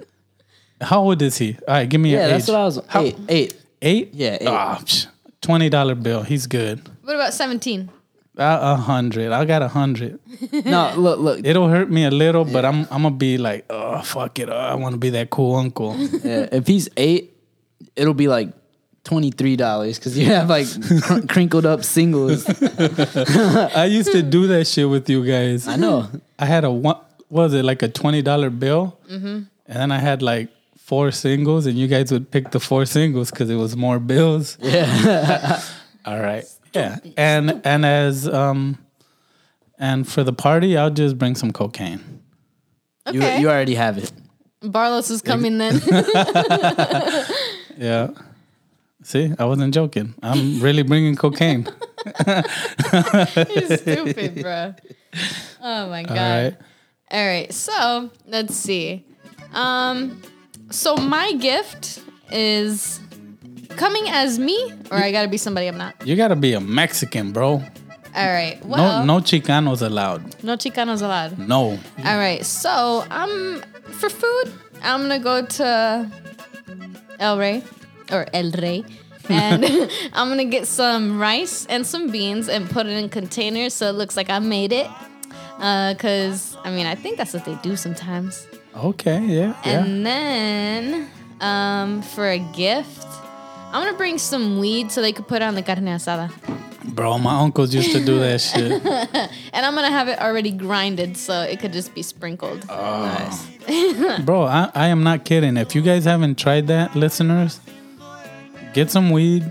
[SPEAKER 8] How old is he? All right, give me
[SPEAKER 4] Yeah,
[SPEAKER 8] your age.
[SPEAKER 4] that's what I was. Eight, eight,
[SPEAKER 8] eight.
[SPEAKER 4] Yeah, eight.
[SPEAKER 8] Ah, psh, twenty dollar bill. He's good.
[SPEAKER 3] What about 17?
[SPEAKER 8] Uh, a hundred. I got a hundred.
[SPEAKER 4] No, look, look.
[SPEAKER 8] It'll hurt me a little, but I'm I'm gonna be like, oh fuck it, oh, I want to be that cool uncle.
[SPEAKER 4] Yeah, Uh, if he's eight, it'll be like twenty three dollars because you have like cr- crinkled up singles.
[SPEAKER 8] I used to do that shit with you guys. I
[SPEAKER 4] know.
[SPEAKER 8] I had a one. what Was it like a twenty dollar bill?
[SPEAKER 3] Mm-hmm.
[SPEAKER 8] And then I had like four singles, and you guys would pick the four singles because it was more bills.
[SPEAKER 4] Yeah.
[SPEAKER 8] All right. Yeah. And and as um, and for the party, I'll just bring some cocaine.
[SPEAKER 3] Okay.
[SPEAKER 4] You you already have it.
[SPEAKER 3] Barlos is coming then.
[SPEAKER 8] Yeah. See, I wasn't joking. I'm really bringing cocaine.
[SPEAKER 3] You're stupid, bro. Oh my
[SPEAKER 8] All
[SPEAKER 3] god.
[SPEAKER 8] right.
[SPEAKER 3] All right, so let's see. Um, so my gift is coming as me, or I gotta be somebody I'm not.
[SPEAKER 8] You gotta be a Mexican, bro.
[SPEAKER 3] All right, well,
[SPEAKER 8] no, no Chicanos allowed.
[SPEAKER 3] no Chicanos allowed.
[SPEAKER 8] No.
[SPEAKER 3] All right, so um, for food, I'm gonna go to El Rey or El Rey, and I'm gonna get some rice and some beans and put it in containers so it looks like I made it. Uh, cause I mean, I think that's what they do sometimes.
[SPEAKER 8] Okay. Yeah. Yeah.
[SPEAKER 3] And then um, for a gift, I'm gonna bring some weed so they could put on the carne asada.
[SPEAKER 8] Bro, my uncles used to do that shit.
[SPEAKER 3] and I'm gonna have it already grinded so it could just be sprinkled.
[SPEAKER 8] Oh. Nice. Bro, I, I am not kidding. If you guys haven't tried that, listeners, get some weed,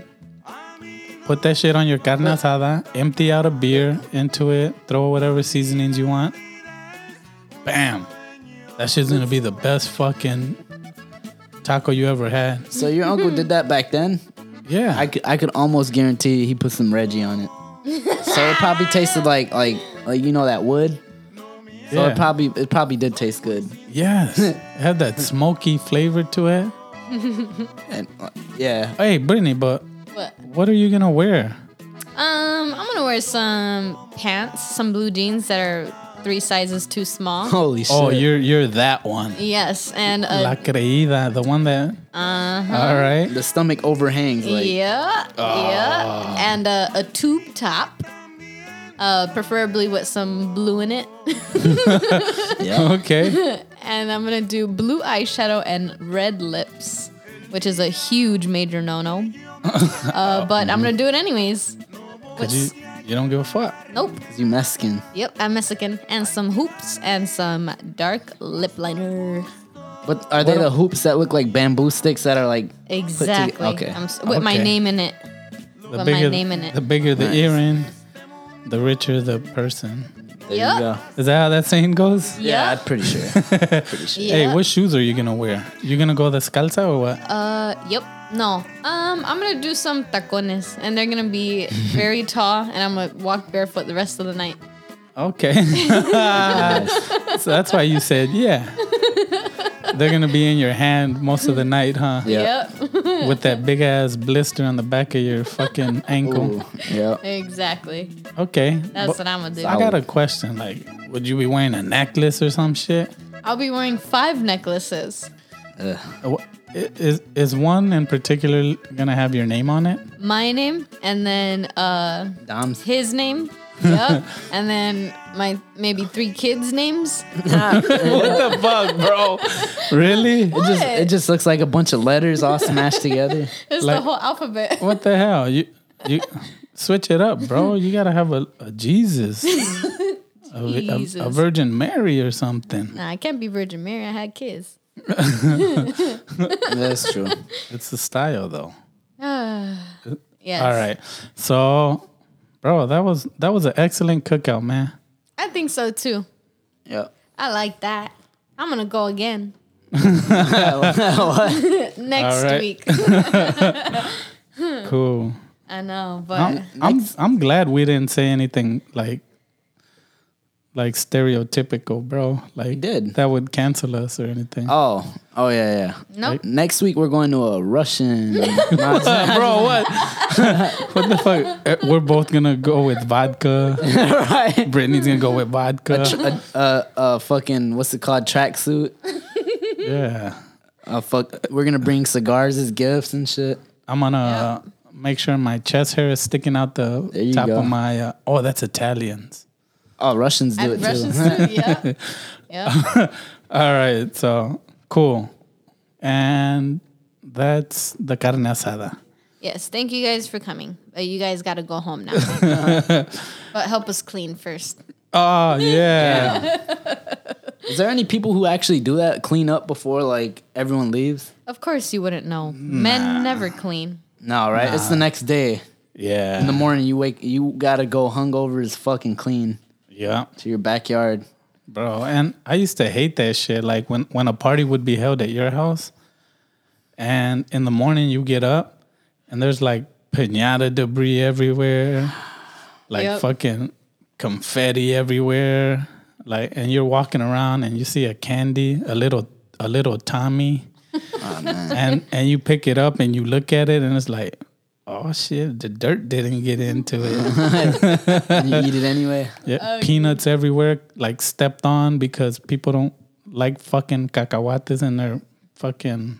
[SPEAKER 8] put that shit on your carne asada, empty out a beer into it, throw whatever seasonings you want. Bam. That shit's gonna be the best fucking taco you ever had.
[SPEAKER 4] So your uncle did that back then.
[SPEAKER 8] Yeah,
[SPEAKER 4] I could I could almost guarantee he put some Reggie on it. So it probably tasted like like like you know that wood. So
[SPEAKER 8] Yeah.
[SPEAKER 4] it probably it probably did taste good.
[SPEAKER 8] Yes. it had that smoky flavor to it.
[SPEAKER 4] And uh, yeah.
[SPEAKER 8] Hey, Brittany, but
[SPEAKER 3] What?
[SPEAKER 8] what are you gonna wear?
[SPEAKER 3] Um, I'm gonna wear some pants, some blue jeans that are three sizes too small.
[SPEAKER 8] Oh, you're you're that one.
[SPEAKER 3] Yes, and
[SPEAKER 8] La
[SPEAKER 3] a,
[SPEAKER 8] creída, the one that
[SPEAKER 3] uh-huh.
[SPEAKER 8] All right.
[SPEAKER 4] The stomach overhangs
[SPEAKER 3] yeah,
[SPEAKER 8] Ah.
[SPEAKER 3] yeah, and a, a tube top, uh, preferably with some blue in it. and I'm gonna do blue eyeshadow and red lips, which is a huge major no-no. uh, but I'm gonna do it anyways. Which,
[SPEAKER 8] you, you don't give a fuck.
[SPEAKER 3] nope.
[SPEAKER 4] You Mexican.
[SPEAKER 3] Yep, I'm Mexican, and some hoops and some dark lip liner.
[SPEAKER 4] But are they the hoops that look like bamboo sticks that are like put toge-
[SPEAKER 3] Exactly.
[SPEAKER 4] okay.
[SPEAKER 3] I'm s- with my
[SPEAKER 8] Okay.
[SPEAKER 3] name in it.
[SPEAKER 8] The
[SPEAKER 3] with
[SPEAKER 8] bigger,
[SPEAKER 3] my name in it.
[SPEAKER 8] the bigger the
[SPEAKER 3] Nice.
[SPEAKER 8] earring, the richer the person.
[SPEAKER 3] There you Yup. go.
[SPEAKER 8] Is that how that saying goes?
[SPEAKER 3] Yeah, Yup. I'm
[SPEAKER 4] pretty sure.
[SPEAKER 8] Hey,
[SPEAKER 3] Yup.
[SPEAKER 8] what shoes are you gonna wear? You gonna go the descalza or what?
[SPEAKER 3] Uh, yep. No. Um, I'm gonna do some tacones, and they're gonna be very tall, and I'm gonna walk barefoot the rest of the night.
[SPEAKER 8] Okay. So that's why you said, yeah. They're going to be in your hand most of the night, huh?
[SPEAKER 3] Yep.
[SPEAKER 8] With that big ass blister on the back of your fucking ankle.
[SPEAKER 3] yeah. Exactly.
[SPEAKER 8] Okay.
[SPEAKER 3] That's what I'ma do.
[SPEAKER 8] I got a question. Like, would you be wearing a necklace or some shit?
[SPEAKER 3] I'll be wearing five necklaces.
[SPEAKER 8] Wha- i- Is, is one in particular going to have your name on it?
[SPEAKER 3] My name, and then uh,
[SPEAKER 8] Dom's.
[SPEAKER 3] his name. Yep. and then my maybe three kids' names.
[SPEAKER 8] what the fuck, bro? Really?
[SPEAKER 4] It just it just looks like a bunch of letters all smashed together.
[SPEAKER 3] It's the whole alphabet.
[SPEAKER 8] What the hell? You you switch it up, bro. You gotta have a, a Jesus, a, vi- a-
[SPEAKER 3] Jesus.
[SPEAKER 8] a Virgin Mary or something.
[SPEAKER 3] Nah, I can't be Virgin Mary. I had kids.
[SPEAKER 8] That's true. It's the style, though.
[SPEAKER 3] Ah, yes.
[SPEAKER 8] All right. So, bro, that was that was an excellent cookout, man.
[SPEAKER 3] I think so too.
[SPEAKER 8] Yeah.
[SPEAKER 3] I like that. I'm gonna go again.
[SPEAKER 8] Next
[SPEAKER 3] Next week.
[SPEAKER 8] cool.
[SPEAKER 3] I know, but
[SPEAKER 8] I'm, I'm I'm glad we didn't say anything like like stereotypical, bro. Like did. that would cancel us or anything.
[SPEAKER 4] Oh, oh yeah, yeah.
[SPEAKER 3] Nope.
[SPEAKER 4] Next week we're going to a Russian.
[SPEAKER 8] bro, what? what the fuck? Eh, We're both gonna go with vodka.
[SPEAKER 4] right.
[SPEAKER 8] Brittany's gonna go with vodka.
[SPEAKER 4] A, tr- a, a, a fucking what's it called tracksuit?
[SPEAKER 8] yeah.
[SPEAKER 4] A fuck. We're gonna bring cigars as gifts and shit.
[SPEAKER 8] I'm gonna make sure my chest hair is sticking out the
[SPEAKER 4] you
[SPEAKER 8] top
[SPEAKER 4] go.
[SPEAKER 8] of my. Uh, oh, that's Italians.
[SPEAKER 4] Oh, Russians do
[SPEAKER 8] And
[SPEAKER 4] it
[SPEAKER 8] Russians
[SPEAKER 4] too.
[SPEAKER 8] do it, yeah. All right, so cool, and that's the carne asada.
[SPEAKER 3] yes, thank you guys for coming. But you guys gotta go home now. but help us clean first.
[SPEAKER 8] oh yeah.
[SPEAKER 4] Is there any people who actually do that? Clean up before like everyone leaves?
[SPEAKER 3] Of course you wouldn't know. Men never clean.
[SPEAKER 4] No, right? It's the
[SPEAKER 8] Nah.
[SPEAKER 4] next day.
[SPEAKER 8] Yeah.
[SPEAKER 4] In the morning, you wake. You gotta go hungover as fucking clean.
[SPEAKER 8] Yeah.
[SPEAKER 4] To your backyard.
[SPEAKER 8] Bro, and I used to hate that shit. Like when, when a party would be held at your house, and in the morning you get up, and there's like pinata debris everywhere, like
[SPEAKER 18] Yep.
[SPEAKER 8] fucking confetti everywhere, like, and you're walking around and you see a candy, a little a little Tommy, and and you pick it up and you look at it and it's like, oh shit, the dirt didn't get into it.
[SPEAKER 4] and you eat it anyway.
[SPEAKER 8] Yeah,
[SPEAKER 4] Oh,
[SPEAKER 8] peanuts everywhere, like stepped on because people don't like fucking cacahuates and they're fucking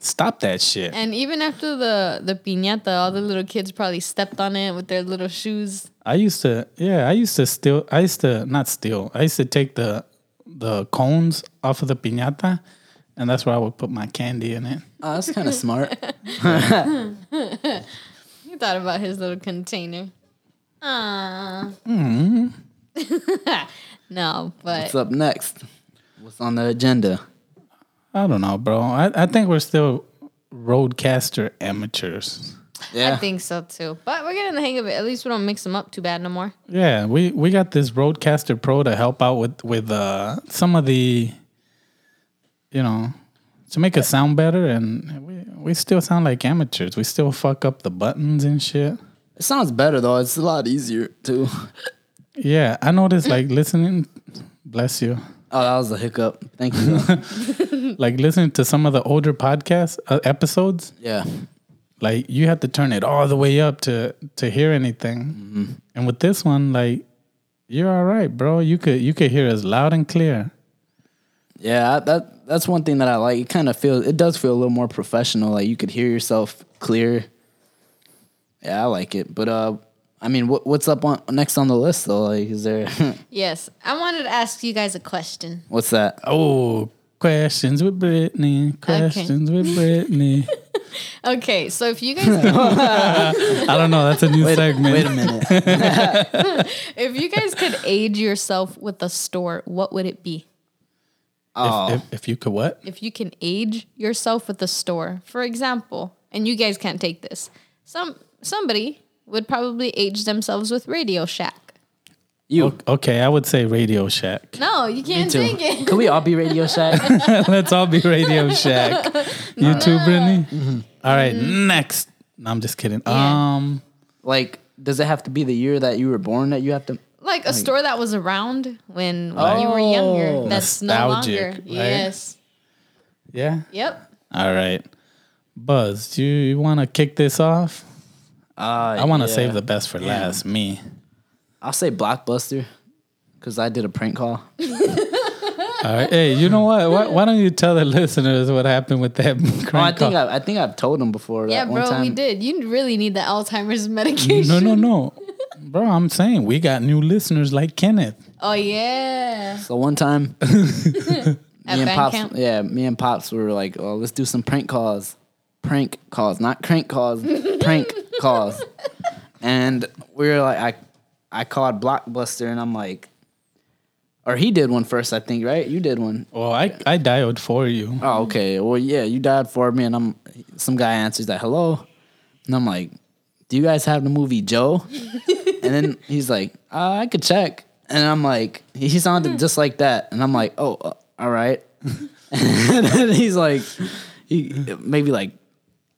[SPEAKER 8] stop that shit.
[SPEAKER 3] And even after the the piñata, all the little kids probably stepped on it with their little shoes.
[SPEAKER 8] I used to, yeah, I used to steal. I used to not steal. I used to take the the cones off of the piñata, and that's where I would put my candy in it.
[SPEAKER 4] Oh, that's kind of smart.
[SPEAKER 3] he thought about his little container. Ah.
[SPEAKER 4] Mhm.
[SPEAKER 3] no,
[SPEAKER 4] What's
[SPEAKER 3] but
[SPEAKER 4] up next? What's on the agenda?
[SPEAKER 8] I don't know, bro. I, I think we're still roadcaster amateurs.
[SPEAKER 3] I think so too. But we're getting the hang of it. At least we don't mix them up too bad no more.
[SPEAKER 8] Yeah, we we got this Roadcaster Pro to help out with with uh, some of the, you know, to make us sound better, and we we still sound like amateurs. We still fuck up the buttons and shit.
[SPEAKER 4] It sounds better though. It's a lot easier too.
[SPEAKER 8] Yeah, I noticed like listening. Bless you.
[SPEAKER 4] Oh, that was a hiccup. Thank you.
[SPEAKER 8] like listening to some of the older podcast uh, episodes.
[SPEAKER 4] Yeah.
[SPEAKER 8] Like you have to turn it all the way up to to hear anything. And with this one, like you're all right, bro. You could you could hear us loud and clear.
[SPEAKER 4] Yeah, I- that that's one thing that I like. It kind of feels it does feel a little more professional. Like you could hear yourself clear. Yeah, I like it. But uh, I mean, what what's up on next on the list though? Like, is there
[SPEAKER 3] Yes. I wanted to ask you guys a question.
[SPEAKER 4] what's that?
[SPEAKER 8] Oh, questions with Brittany. Questions with Brittany.
[SPEAKER 3] Okay, so if you guys
[SPEAKER 8] I don't know. That's a new segment. Oh, Wait a minute.
[SPEAKER 3] if you guys could age yourself with a store, what would it be?
[SPEAKER 4] Oh.
[SPEAKER 8] if, if, if you could what?
[SPEAKER 3] If you can age yourself with a store, for example, and you guys can't take this, some somebody would probably age themselves with Radio Shack.
[SPEAKER 8] You. Okay, I would say Radio Shack.
[SPEAKER 3] No, you can't
[SPEAKER 8] too.
[SPEAKER 3] sing it.
[SPEAKER 4] Could we all be Radio Shack?
[SPEAKER 8] Let's all be Radio Shack. You too, Brittany?
[SPEAKER 4] Mm-hmm.
[SPEAKER 8] All right, next. No, I'm just kidding. Um,
[SPEAKER 4] like, does it have to be the year that you were born that you have to?
[SPEAKER 19] Like a store that was around when, when you were
[SPEAKER 4] Oh.
[SPEAKER 19] younger. That's no
[SPEAKER 8] Nostalgic,
[SPEAKER 19] longer.
[SPEAKER 8] right?
[SPEAKER 19] Yes.
[SPEAKER 8] Yeah.
[SPEAKER 19] Yep.
[SPEAKER 8] All right. Buzz, do you, want to kick this off? I want to
[SPEAKER 4] Uh, yeah.
[SPEAKER 8] save the best for
[SPEAKER 4] Yeah.
[SPEAKER 8] last. Me.
[SPEAKER 4] I'll say Blockbuster, because I did a prank call.
[SPEAKER 8] All right. Hey, you know what? Why, why don't you tell the listeners what happened with that crank
[SPEAKER 4] Oh, I think
[SPEAKER 8] call?
[SPEAKER 4] I, I think I've told him before.
[SPEAKER 3] Yeah,
[SPEAKER 4] that one
[SPEAKER 3] bro,
[SPEAKER 4] time.
[SPEAKER 3] we did. You really need the Alzheimer's medication.
[SPEAKER 8] No, no, no. Bro, I'm saying we got new listeners like Kenneth.
[SPEAKER 3] Oh yeah.
[SPEAKER 4] So one time,
[SPEAKER 3] At
[SPEAKER 4] me and
[SPEAKER 3] band
[SPEAKER 4] pops,
[SPEAKER 3] camp?
[SPEAKER 4] yeah, me and pops were like, "Oh, let's do some prank calls, prank calls, not crank calls, prank calls." And we were like, I, I called Blockbuster, and I'm like, or he did one first, I think, right? You did one.
[SPEAKER 8] Well, I I dialed for you.
[SPEAKER 4] Oh, okay. Well, yeah, you dialed for me, and I'm some guy answers that hello, and I'm like, "Do you guys have the movie Joe?" and then he's like, uh, "I could check," and I'm like, he he sounded just like that, and I'm like, "Oh, uh, all right." and then he's like, he maybe like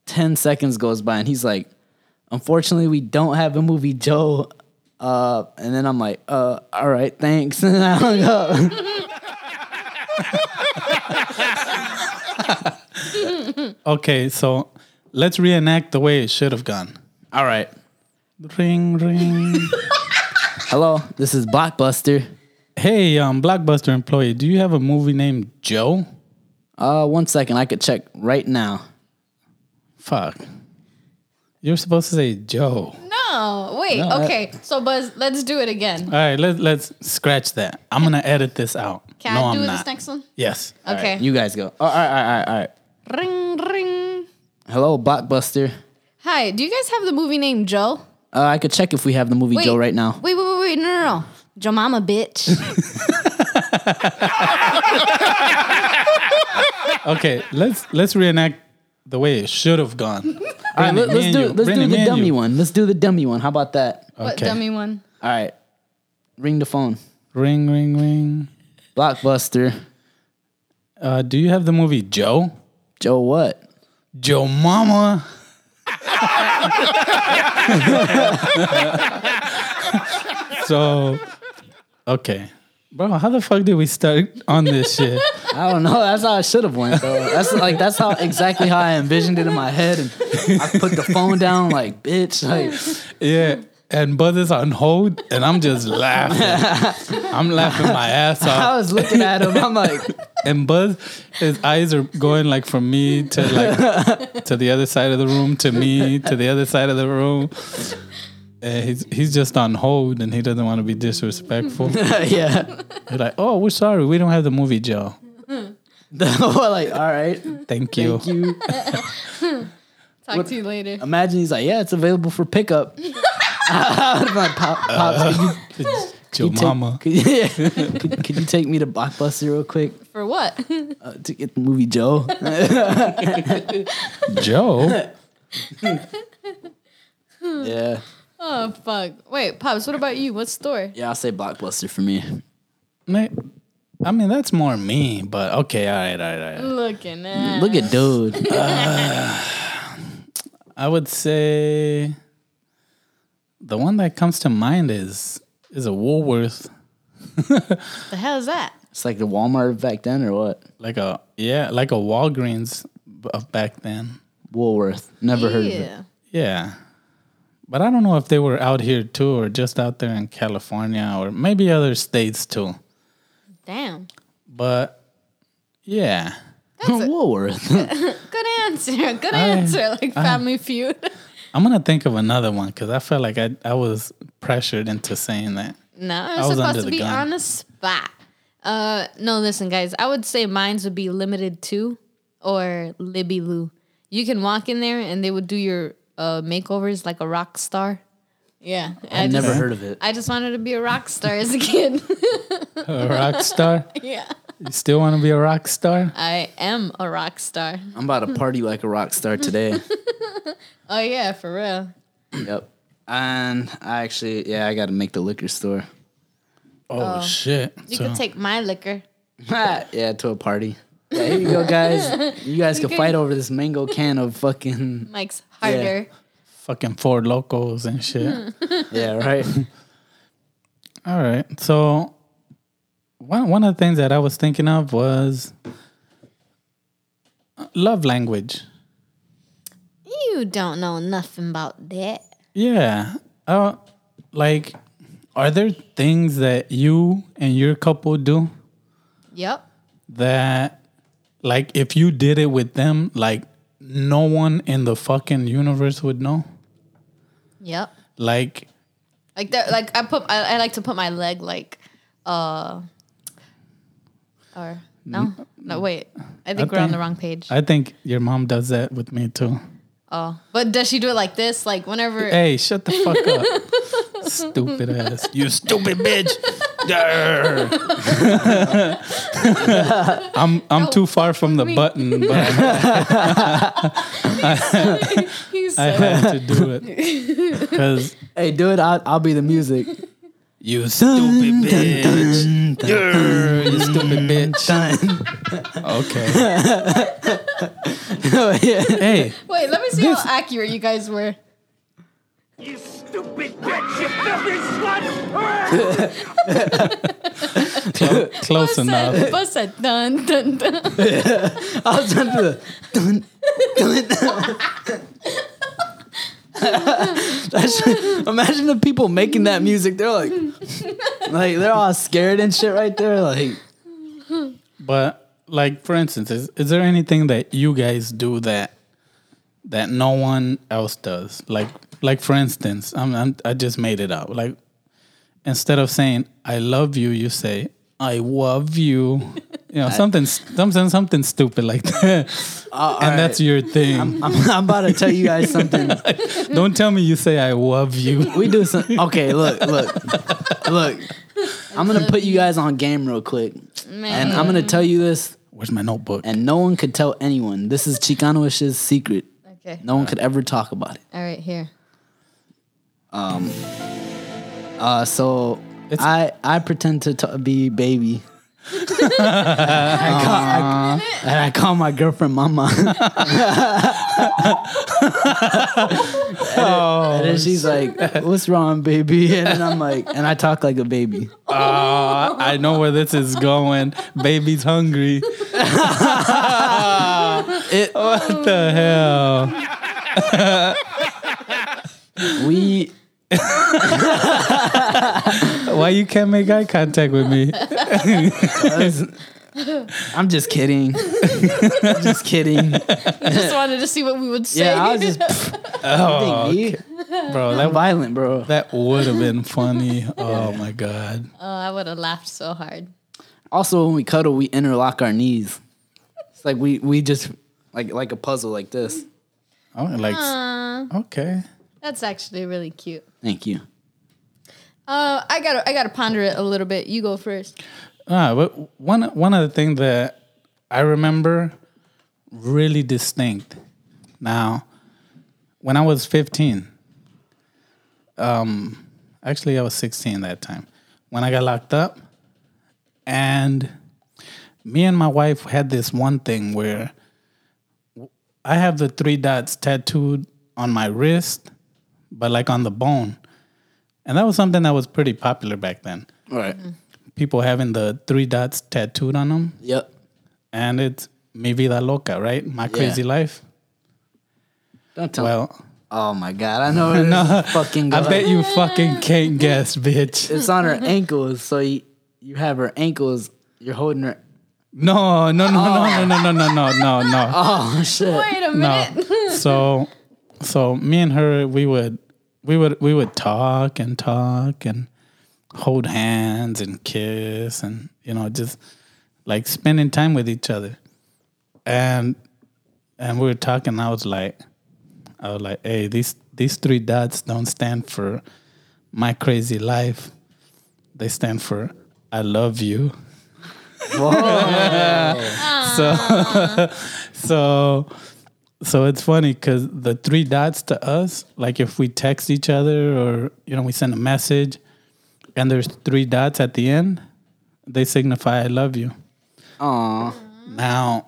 [SPEAKER 4] ten seconds goes by, and he's like, "Unfortunately, we don't have a movie Joe." Uh, and then I'm like, uh, all right, thanks. And I hung up.
[SPEAKER 8] Okay, so let's reenact the way it should have gone.
[SPEAKER 4] All right.
[SPEAKER 8] Ring ring.
[SPEAKER 4] Hello, this is Blockbuster.
[SPEAKER 8] Hey, um, Blockbuster employee, do you have a movie named Joe?
[SPEAKER 4] Uh, one second, I could check right now.
[SPEAKER 8] Fuck. You're supposed to say Joe.
[SPEAKER 3] No. Wait.
[SPEAKER 8] No, I-
[SPEAKER 3] okay. so Buzz, let's do it again.
[SPEAKER 8] All right, let, let's scratch that. I'm gonna edit this out.
[SPEAKER 3] Can
[SPEAKER 8] no,
[SPEAKER 3] I
[SPEAKER 8] I'm
[SPEAKER 3] do this
[SPEAKER 8] not.
[SPEAKER 3] next one?
[SPEAKER 8] Yes.
[SPEAKER 3] All right, Okay.
[SPEAKER 4] you guys go. all right, all right, all right.
[SPEAKER 3] Ring ring.
[SPEAKER 4] Hello, Blockbuster.
[SPEAKER 3] Hi. Do you guys have the movie named Joe?
[SPEAKER 4] Uh, I could check if we have the movie
[SPEAKER 3] Wait.
[SPEAKER 4] Joe right now.
[SPEAKER 3] Wait. Wait. Wait. Wait. No. No. No. Joe Mama, bitch.
[SPEAKER 8] Okay, let's let's reenact the way it should have gone.
[SPEAKER 4] All right, let,
[SPEAKER 8] Brittany, me
[SPEAKER 4] us
[SPEAKER 8] and
[SPEAKER 4] do
[SPEAKER 8] you.
[SPEAKER 4] let's
[SPEAKER 8] Brittany,
[SPEAKER 4] do
[SPEAKER 8] me
[SPEAKER 4] the
[SPEAKER 8] and
[SPEAKER 4] dummy
[SPEAKER 8] you.
[SPEAKER 4] one. Let's do the dummy one. How about that?
[SPEAKER 3] What dummy one?
[SPEAKER 4] All right, ring the phone.
[SPEAKER 8] Ring ring ring.
[SPEAKER 4] Blockbuster.
[SPEAKER 8] Uh, do you have the movie Joe?
[SPEAKER 4] Joe what?
[SPEAKER 8] Joe Mama. so, okay, bro, how the fuck did we start on this shit?
[SPEAKER 4] I don't know. That's how I should have went though. That's like that's how exactly how I envisioned it in my head, and I put the phone down like bitch. Like
[SPEAKER 8] Yeah, and Buzz is on hold, and I'm just laughing. I'm laughing my ass off.
[SPEAKER 4] I was looking at him. I'm like,
[SPEAKER 8] and Buzz, his eyes are going like from me to like to the other side of the room, to me, to the other side of the room. And he's he's just on hold, and he doesn't want to be disrespectful.
[SPEAKER 4] Yeah.
[SPEAKER 8] He's like, oh, we're sorry, we don't have the movie, Joe.
[SPEAKER 4] we're like, all right,
[SPEAKER 8] Thank you.
[SPEAKER 4] thank you.
[SPEAKER 3] Talk
[SPEAKER 4] What-
[SPEAKER 3] to you later.
[SPEAKER 4] Imagine he's like, yeah, it's available for pickup. I'm like, "Pop- pops, could you, could,
[SPEAKER 8] Joe
[SPEAKER 4] you take-
[SPEAKER 8] Mama.
[SPEAKER 4] could, yeah, could, could you take me to Blockbuster real quick
[SPEAKER 3] For what?
[SPEAKER 4] uh, to get the movie Joe?
[SPEAKER 8] Joe.
[SPEAKER 4] yeah,
[SPEAKER 3] oh fuck. Wait, pops. What about you? What store?
[SPEAKER 4] yeah, I'll say Blockbuster for me.
[SPEAKER 8] Ma- I mean, that's more me, but okay, all right, all right, all right.
[SPEAKER 3] Looking at.
[SPEAKER 4] Mm, Look at dude.
[SPEAKER 8] I would say the one that comes to mind is is a Woolworth,
[SPEAKER 3] the hell is that?
[SPEAKER 4] It's like the Walmart back then, or what?
[SPEAKER 8] like a yeah, like a Walgreens b- of back then.
[SPEAKER 4] Woolworth, never heard of it.
[SPEAKER 3] Yeah.
[SPEAKER 8] Yeah. But I don't know if they were out here too or just out there in California or maybe other states too.
[SPEAKER 3] Damn.
[SPEAKER 8] But yeah.
[SPEAKER 4] Woolworth.
[SPEAKER 3] Good answer. Good
[SPEAKER 8] I-
[SPEAKER 3] answer. Like
[SPEAKER 8] I-
[SPEAKER 3] Family Feud.
[SPEAKER 8] I'm going to think of another one because I felt like I, I was pressured into saying that.
[SPEAKER 3] No,
[SPEAKER 8] I
[SPEAKER 3] it's
[SPEAKER 8] was under
[SPEAKER 3] supposed to
[SPEAKER 8] the
[SPEAKER 3] be
[SPEAKER 8] gun.
[SPEAKER 3] on the spot. Uh, no, listen, guys. I would say mines would be limited to or Libby Lou. You can walk in there and they would do your uh, makeovers like a rock star. Yeah, I
[SPEAKER 4] I've
[SPEAKER 3] just-
[SPEAKER 4] never heard of it.
[SPEAKER 3] I just wanted to be a rock star as a kid.
[SPEAKER 8] A rock star?
[SPEAKER 3] yeah,
[SPEAKER 8] You still want to be a rock star?
[SPEAKER 3] I am a rock star.
[SPEAKER 4] I'm about to party like a rock star today.
[SPEAKER 3] Oh yeah, for real.
[SPEAKER 4] yep. And I actually, yeah, I got to make the liquor store.
[SPEAKER 8] Oh, shit.
[SPEAKER 19] You could take my liquor.
[SPEAKER 4] yeah, to a party. Yeah, here you go, guys. You guys
[SPEAKER 19] You
[SPEAKER 4] can
[SPEAKER 19] could-
[SPEAKER 4] fight over this mango can of fucking
[SPEAKER 19] Mike's
[SPEAKER 4] Yeah.
[SPEAKER 19] harder.
[SPEAKER 8] fucking Ford Locos and
[SPEAKER 19] Hmm.
[SPEAKER 8] shit.
[SPEAKER 4] yeah, right.
[SPEAKER 8] All right. So one one of the things that I was thinking of was uh, love language.
[SPEAKER 19] You don't know nothing about that.
[SPEAKER 8] Yeah. Uh, like, are there things that you and your couple do
[SPEAKER 19] Yep.
[SPEAKER 8] that, like, if you did it with them, like, no one in the fucking universe would know?
[SPEAKER 19] Yep.
[SPEAKER 8] Like,
[SPEAKER 19] Like that. Like I put. I, I like to put my leg like, uh, or no,
[SPEAKER 4] Mm.
[SPEAKER 19] no. Wait. I think we're on the wrong page.
[SPEAKER 8] I think your mom does that with me too.
[SPEAKER 19] oh, but does she do it like this? Like whenever?
[SPEAKER 4] Eh.
[SPEAKER 8] Hey, shut the fuck up. stupid ass. You stupid bitch. Durr. I'm I'm too far from the button, but I,
[SPEAKER 19] He's
[SPEAKER 8] I had to do it because
[SPEAKER 4] hey, do it. I'll, I'll be the music.
[SPEAKER 8] you stupid bitch. Durr, you stupid bitch. Okay. Hey,
[SPEAKER 19] Wait. Let me see how accurate you guys were.
[SPEAKER 8] clo- close enough.
[SPEAKER 19] Said, but said dun dun dun.
[SPEAKER 4] I was trying to do the dun, dun. That shit- imagine the people making that music. They're like, like they're all scared and shit right there. Like,
[SPEAKER 8] But like for instance, is, is there anything that you guys do that that no one else does? Like like for instance, I'm, I'm I just made it up. Like instead of saying I love you, you say I love you. You know, something something something stupid like that. and
[SPEAKER 4] all
[SPEAKER 8] that's
[SPEAKER 4] right.
[SPEAKER 8] your thing.
[SPEAKER 4] I'm, I'm about to tell you guys something.
[SPEAKER 8] Don't tell me you say I love you.
[SPEAKER 4] We do some. Okay, look, look, look. I'm gonna put you guys on game real quick, and I'm gonna tell you this.
[SPEAKER 8] Where's my notebook?
[SPEAKER 4] And no one could tell anyone. This is Chicanoish's secret.
[SPEAKER 19] Okay.
[SPEAKER 4] No one could ever talk about it.
[SPEAKER 19] All right. Here.
[SPEAKER 4] Um. Uh. So I I pretend to t- be baby. I call- I- and I call my girlfriend mama.
[SPEAKER 8] Oh,
[SPEAKER 4] and then she's like, "What's wrong, baby?" And then I'm like, and I talk like a baby.
[SPEAKER 8] Oh, I know where this is going. Baby's hungry.
[SPEAKER 4] It-
[SPEAKER 8] what the hell?
[SPEAKER 4] we.
[SPEAKER 8] Why you can't make eye contact with me?
[SPEAKER 4] I'm just kidding. I'm just kidding.
[SPEAKER 19] Just wanted to see what we would say.
[SPEAKER 4] Yeah, I was just-
[SPEAKER 8] Oh,
[SPEAKER 4] You think
[SPEAKER 8] okay. bro, that
[SPEAKER 4] violent, bro.
[SPEAKER 8] That would have been funny. Oh my god.
[SPEAKER 19] oh, I would have laughed so hard.
[SPEAKER 4] Also, when we cuddle, we interlock our knees. It's like we we just like like a puzzle like this.
[SPEAKER 8] Oh,
[SPEAKER 19] Aw,
[SPEAKER 8] okay.
[SPEAKER 19] that's actually really cute.
[SPEAKER 4] Thank you.
[SPEAKER 19] Uh, I gotta, I gotta ponder it a little bit. You go first.
[SPEAKER 8] Ah, but one one other thing that I remember really distinct. Now, when I was fifteen, um, actually I was sixteen that time when I got locked up, and me and my wife had this one thing where I have the three dots tattooed on my wrist, but like on the bone, and that was something that was pretty popular back then
[SPEAKER 4] Right.
[SPEAKER 8] people having the three dots tattooed on them.
[SPEAKER 4] Yep.
[SPEAKER 8] And it's Mi Vida Loca, right? My
[SPEAKER 4] Yeah.
[SPEAKER 8] crazy life.
[SPEAKER 4] Don't tell.
[SPEAKER 8] Well,
[SPEAKER 4] oh my god, I know where this is fucking.
[SPEAKER 8] I
[SPEAKER 4] going.
[SPEAKER 8] bet you fucking can't guess, bitch.
[SPEAKER 4] It's on her ankles, so you, you have her ankles. You're holding her.
[SPEAKER 8] No, no, no, no, no, no, no, no, no, no.
[SPEAKER 4] Oh shit! Wait
[SPEAKER 19] a
[SPEAKER 8] No. So, so me and her, we would, we would, we would talk and talk and hold hands and kiss and you know just like spending time with each other. And and we were talking. I was like, I was like, hey, these these three dots don't stand for my crazy life. They stand for I love you. so so so it's funny because the three dots to us like if we text each other or you know we send a message and there's three dots at the end, they signify I love you.
[SPEAKER 4] Aw.
[SPEAKER 8] Now,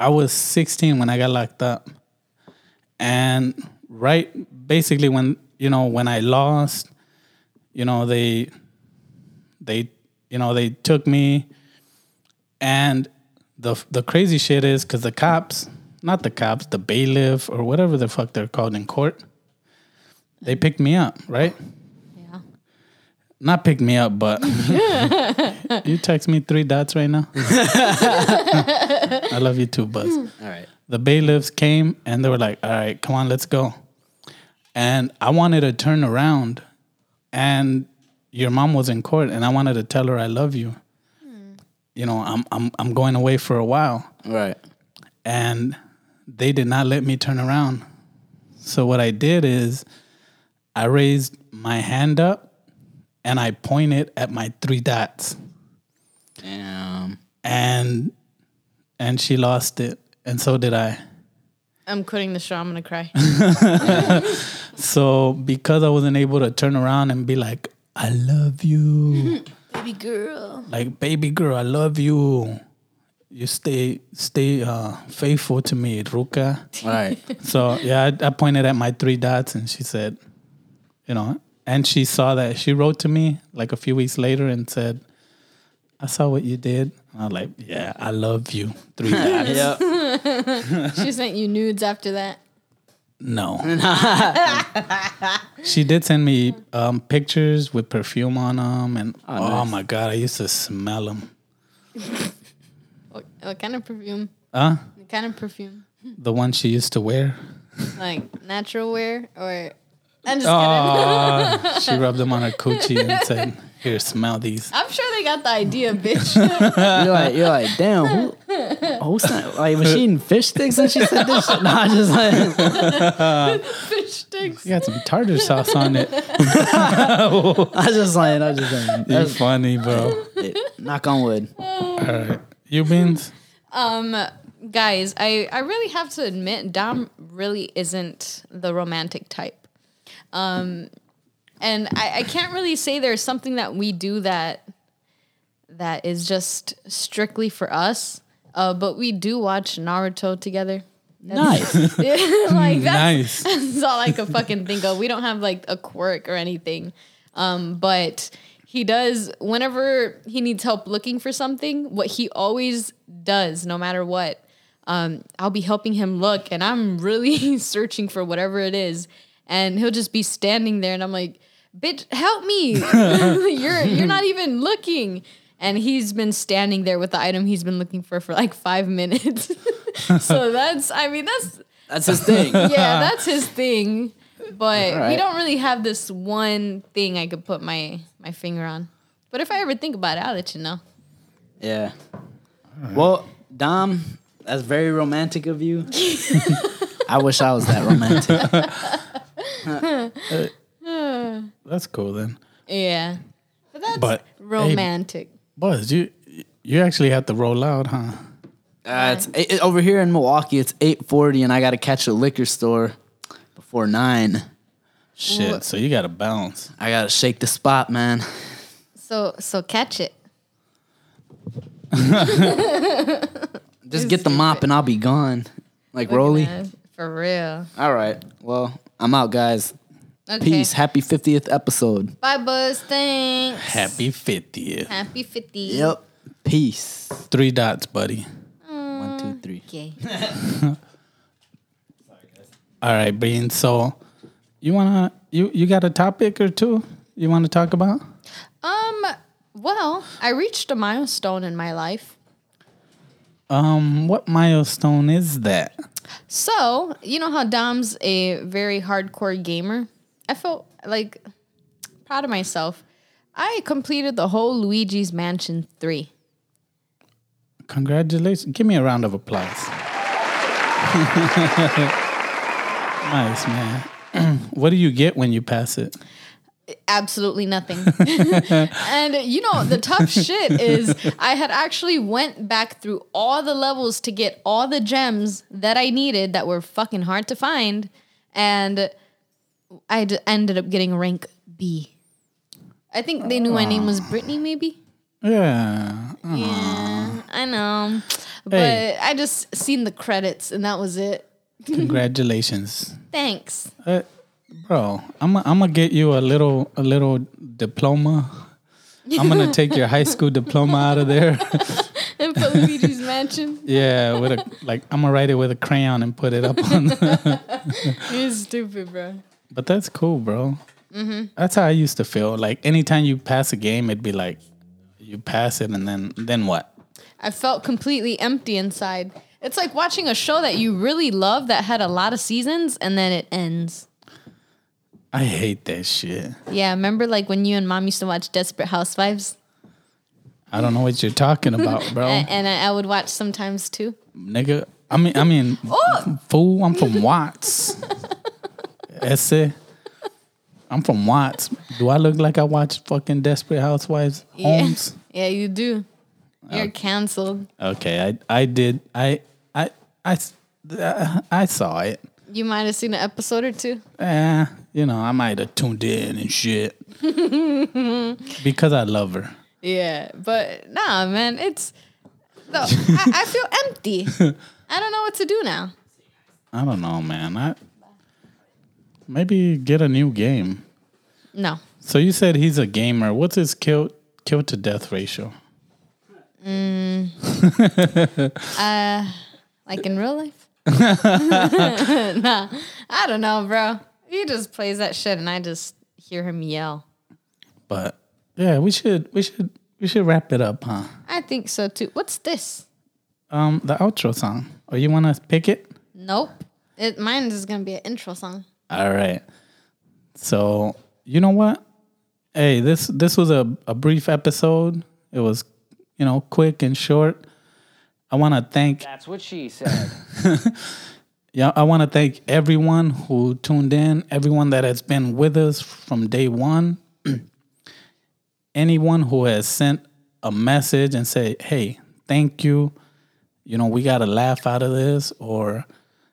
[SPEAKER 8] I was 16 when I got locked up. And right basically when, you know, when I lost, you know, they they you know, they took me and the the crazy shit is cuz the cops, not the cops, the bailiff or whatever the fuck they're called in court, they picked me up, right?
[SPEAKER 3] Yeah.
[SPEAKER 8] Not pick me up, but you text me three dots right now. I love you too, Buzz. All
[SPEAKER 4] right.
[SPEAKER 8] The bailiffs came and they were like, all right, come on, let's go. And I wanted to turn around and your mom was in court and I wanted to tell her I love you. You know, I'm I'm I'm going away for a while.
[SPEAKER 4] Right.
[SPEAKER 8] And they did not let me turn around. So what I did is I raised my hand up and I pointed at my three dots.
[SPEAKER 4] Damn.
[SPEAKER 8] And and she lost it. And so did I.
[SPEAKER 3] I'm quitting the show. I'm gonna cry.
[SPEAKER 8] So because I wasn't able to turn around and be like, I love you.
[SPEAKER 3] Baby girl.
[SPEAKER 8] like baby girl i love you you stay stay uh faithful to me ruka
[SPEAKER 4] right
[SPEAKER 8] so yeah I, I pointed at my three dots and she said you know and she saw that she wrote to me like a few weeks later and said i saw what you did and i'm like yeah i love you three dots
[SPEAKER 3] she sent you nudes after that.
[SPEAKER 8] no she did send me um, pictures with perfume on them and oh,
[SPEAKER 3] nice.
[SPEAKER 8] my god i used to smell them
[SPEAKER 3] What, what kind of perfume?
[SPEAKER 8] huh
[SPEAKER 3] What kind of perfume?
[SPEAKER 8] the one she used to wear
[SPEAKER 3] Like natural wear or? I'm just
[SPEAKER 8] Oh,
[SPEAKER 3] kidding.
[SPEAKER 8] she rubbed them on her coochie and said, "Here, smell these."
[SPEAKER 3] I'm sure they got the idea, bitch.
[SPEAKER 4] you're like you're like damn who, who's that like was she eating fish sticks and she said this shit? Nah, I just like
[SPEAKER 3] Fish sticks.
[SPEAKER 8] You got some tartar sauce on it.
[SPEAKER 4] I just like I just like
[SPEAKER 8] You funny, bro.
[SPEAKER 4] knock on wood.
[SPEAKER 8] All right, you beans.
[SPEAKER 3] Um, guys, I, I really have to admit, Dom really isn't the romantic type. Um, and I, I can't really say there's something that we do that that is just strictly for us. Uh, but we do watch Naruto together. That's- like
[SPEAKER 8] Nice.
[SPEAKER 3] that's, that's all I could fucking think of. We don't have like a quirk or anything. Um, but he does whenever he needs help looking for something, what he always does, no matter what. Um, I'll be helping him look and I'm really searching for whatever it is. And he'll just be standing there and I'm like, bitch, help me. you're you're not even looking. And he's been standing there with the item he's been looking for for like five minutes. so that's I mean that's
[SPEAKER 4] That's his thing.
[SPEAKER 3] yeah, that's his thing. But we
[SPEAKER 4] Alright.
[SPEAKER 3] don't really have this one thing I could put my my finger on. But if I ever think about it, I'll let you know.
[SPEAKER 4] Yeah. Well, Dom, that's very romantic of you. I wish I was that romantic.
[SPEAKER 8] That's cool then.
[SPEAKER 3] yeah, but that's
[SPEAKER 8] But, hey,
[SPEAKER 3] romantic.
[SPEAKER 8] Buzz, you you actually have to roll out, huh?
[SPEAKER 4] Uh, it's it, it- over here in Milwaukee. It's eight forty, and I got to catch a liquor store before nine.
[SPEAKER 8] Shit, so you got to bounce.
[SPEAKER 4] I got to shake the spot, man.
[SPEAKER 3] So so catch it.
[SPEAKER 4] Just get the mop, and I'll be gone. Like Rolly.
[SPEAKER 3] for real.
[SPEAKER 4] All right. Well, I'm out, guys.
[SPEAKER 3] Okay.
[SPEAKER 4] Peace. Happy fiftieth episode.
[SPEAKER 3] Bye, Buzz. Thanks.
[SPEAKER 8] Happy fiftieth.
[SPEAKER 3] Happy fifty.
[SPEAKER 4] Yep. Peace.
[SPEAKER 8] Three dots, buddy.
[SPEAKER 4] One, two, three.
[SPEAKER 3] Okay.
[SPEAKER 8] All right, beans. So you wanna you you got a topic or two you want to talk about?
[SPEAKER 3] Um. Well, I reached a milestone in my life.
[SPEAKER 8] Um, what milestone is that?
[SPEAKER 3] So, you know how Dom's a very hardcore gamer? I felt like proud of myself. I completed the whole Luigi's Mansion 3.
[SPEAKER 8] Congratulations. Give me a round of applause. nice, man. what do you get when you pass it?
[SPEAKER 3] Absolutely nothing. and you know, the tough shit is I had actually went back through all the levels to get all the gems that I needed that were fucking hard to find and I d- ended up getting rank B. I think they knew my name was Brittany, maybe.
[SPEAKER 8] Yeah.
[SPEAKER 3] Yeah, I know. But
[SPEAKER 8] Hey.
[SPEAKER 3] I just seen the credits and that was it.
[SPEAKER 8] Congratulations,
[SPEAKER 3] Thanks.
[SPEAKER 8] Uh, bro. I'm I'm gonna get you a little a little diploma. I'm gonna take your high school diploma out of there.
[SPEAKER 3] And put Luigi's Mansion.
[SPEAKER 8] yeah, with a like I'm gonna write it with a crayon and put it up on.
[SPEAKER 3] You're stupid, bro.
[SPEAKER 8] but that's cool, bro.
[SPEAKER 3] Mm-hmm.
[SPEAKER 8] That's how I used to feel. Like anytime you pass a game, it'd be like you pass it and then then what?
[SPEAKER 3] I felt completely empty inside. It's like watching a show that you really love that had a lot of seasons and then it ends.
[SPEAKER 8] I hate that shit.
[SPEAKER 3] Yeah, remember like when you and mom used to watch Desperate Housewives?
[SPEAKER 8] I don't know what you're talking about, bro.
[SPEAKER 3] and and I, I would watch sometimes too.
[SPEAKER 8] Nigga, I mean, I mean,
[SPEAKER 3] Oh!
[SPEAKER 8] fool. I'm from Watts. Esse. I'm from Watts. Do I look like I watch fucking Desperate Housewives? Homes.
[SPEAKER 3] Yeah, yeah you do. You're canceled.
[SPEAKER 8] Okay, I I did. I I I s- uh, I saw it.
[SPEAKER 3] You might have seen an episode or two.
[SPEAKER 8] Eh, you know, I might have tuned in and shit because I love her.
[SPEAKER 3] yeah, but nah, man, it's. No, I, I feel empty. I don't know what to do now.
[SPEAKER 8] I don't know, man. I maybe get a new game.
[SPEAKER 3] No.
[SPEAKER 8] So you said he's a gamer. What's his kill kill to death ratio?
[SPEAKER 3] Mm, uh, like in real life? nah, I don't know, bro. He just plays that shit, and I just hear him yell.
[SPEAKER 8] But yeah, we should we should we should wrap it up, huh?
[SPEAKER 3] I think so too. What's this?
[SPEAKER 8] Um, the outro song. Oh, you wanna pick it?
[SPEAKER 3] Nope. It mine is gonna be an intro song.
[SPEAKER 8] All right. So you know what? Hey, this this was a, a brief episode. It was, you know, quick and short. I wanna thank
[SPEAKER 12] That's what she said.
[SPEAKER 8] Yeah, I want to thank everyone who tuned in, everyone that has been with us from day one, anyone who has sent a message and say, "Hey, thank you," you know, we got a laugh out of this, or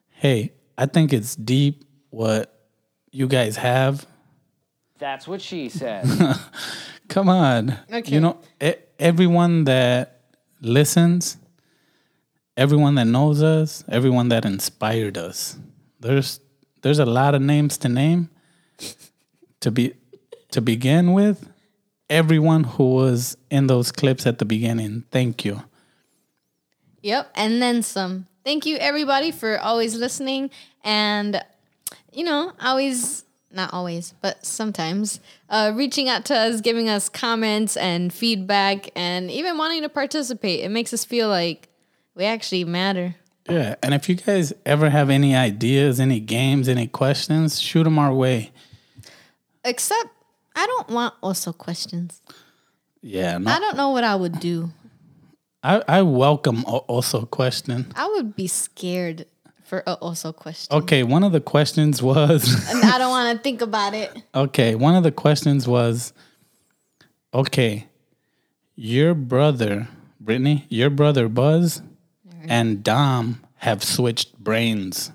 [SPEAKER 8] "Hey, I think it's deep what you guys have."
[SPEAKER 12] That's what she said.
[SPEAKER 8] Come on,
[SPEAKER 12] Okay.
[SPEAKER 8] you know, e- everyone that listens, everyone that knows us, everyone that inspired us. There's there's a lot of names to name. to be to begin with, everyone who was in those clips at the beginning, thank you.
[SPEAKER 3] Yep, and then some. Thank you everybody for always listening and you know, always not always, but sometimes uh, reaching out to us, giving us comments and feedback and even wanting to participate. It makes us feel like we actually matter.
[SPEAKER 8] Yeah, and if you guys ever have any ideas, any games, any questions, shoot them our way.
[SPEAKER 3] Except I don't want also questions.
[SPEAKER 8] Yeah,
[SPEAKER 3] I
[SPEAKER 8] no,
[SPEAKER 3] don't know what I would do.
[SPEAKER 8] I, I welcome a- also question.
[SPEAKER 3] I would be scared for a also question.
[SPEAKER 8] Okay, one of the questions was
[SPEAKER 3] And I don't want to think about it.
[SPEAKER 8] okay, one of the questions was okay, your brother, Brittany, your brother Buzz and Dom have switched brains,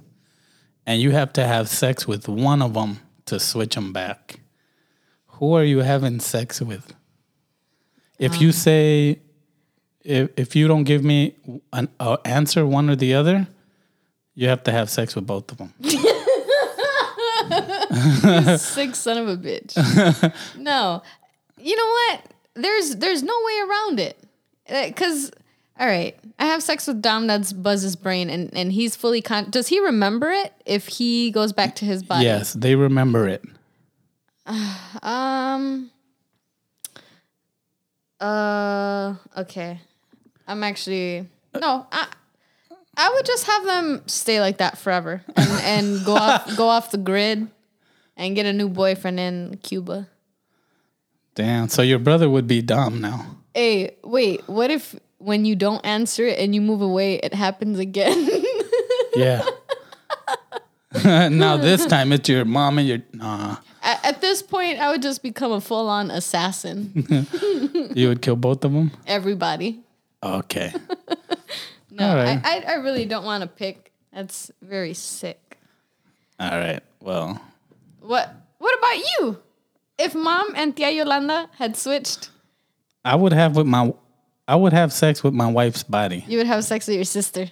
[SPEAKER 8] and you have to have sex with one of them to switch them back. Who are you having sex with? If you say, if, if you don't give me an a answer, one or the other, you have to have sex with both of them.
[SPEAKER 3] You sick son of a bitch. No, you know what? There's there's no way around it. Uh, Cause all right, I have sex with Dom. That's Buzz's brain, and and he's fully con. Does he remember it if he goes back to his body?
[SPEAKER 8] Yes, they remember it.
[SPEAKER 3] Um. Uh. Okay. I'm actually no. I I would just have them stay like that forever and, and go off go off the grid and get a new boyfriend in Cuba.
[SPEAKER 8] Damn. So your brother would be Dom now.
[SPEAKER 3] Hey, wait. What if when you don't answer it and you move away, it happens again?
[SPEAKER 8] Yeah. now this time it's your mom and your nah.
[SPEAKER 3] at, at this point, I would just become a full on assassin.
[SPEAKER 8] You would kill both of them.
[SPEAKER 3] Everybody.
[SPEAKER 8] Okay.
[SPEAKER 3] No,
[SPEAKER 8] All right.
[SPEAKER 3] I, I I really don't want to pick. That's very sick.
[SPEAKER 8] All right. Well,
[SPEAKER 3] What What about you? if mom and Tia Yolanda had switched,
[SPEAKER 8] I would have with my I would have sex with my wife's body.
[SPEAKER 3] you would have sex with your sister.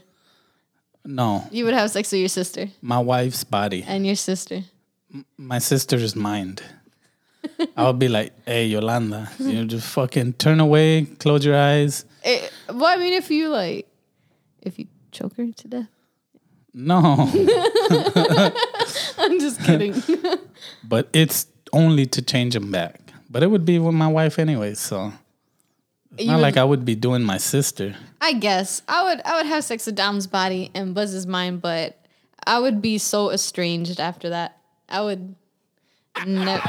[SPEAKER 8] No,
[SPEAKER 3] You would have sex with your sister
[SPEAKER 8] my wife's body.
[SPEAKER 3] and your sister.
[SPEAKER 8] My sister's mind. I would be like, "Hey, Yolanda, you just fucking turn away, close your eyes."
[SPEAKER 3] It, Eh, well, I mean, if you like, if you choke her to death.
[SPEAKER 8] No,
[SPEAKER 3] I'm just kidding.
[SPEAKER 8] but it's only to change them back. But it would be with my wife anyway, so it's
[SPEAKER 3] You
[SPEAKER 8] not
[SPEAKER 3] would-
[SPEAKER 8] like I would be doing my sister.
[SPEAKER 3] I guess I would I would have sex with Dom's body and Buzz's mind, but I would be so estranged after that. I would never.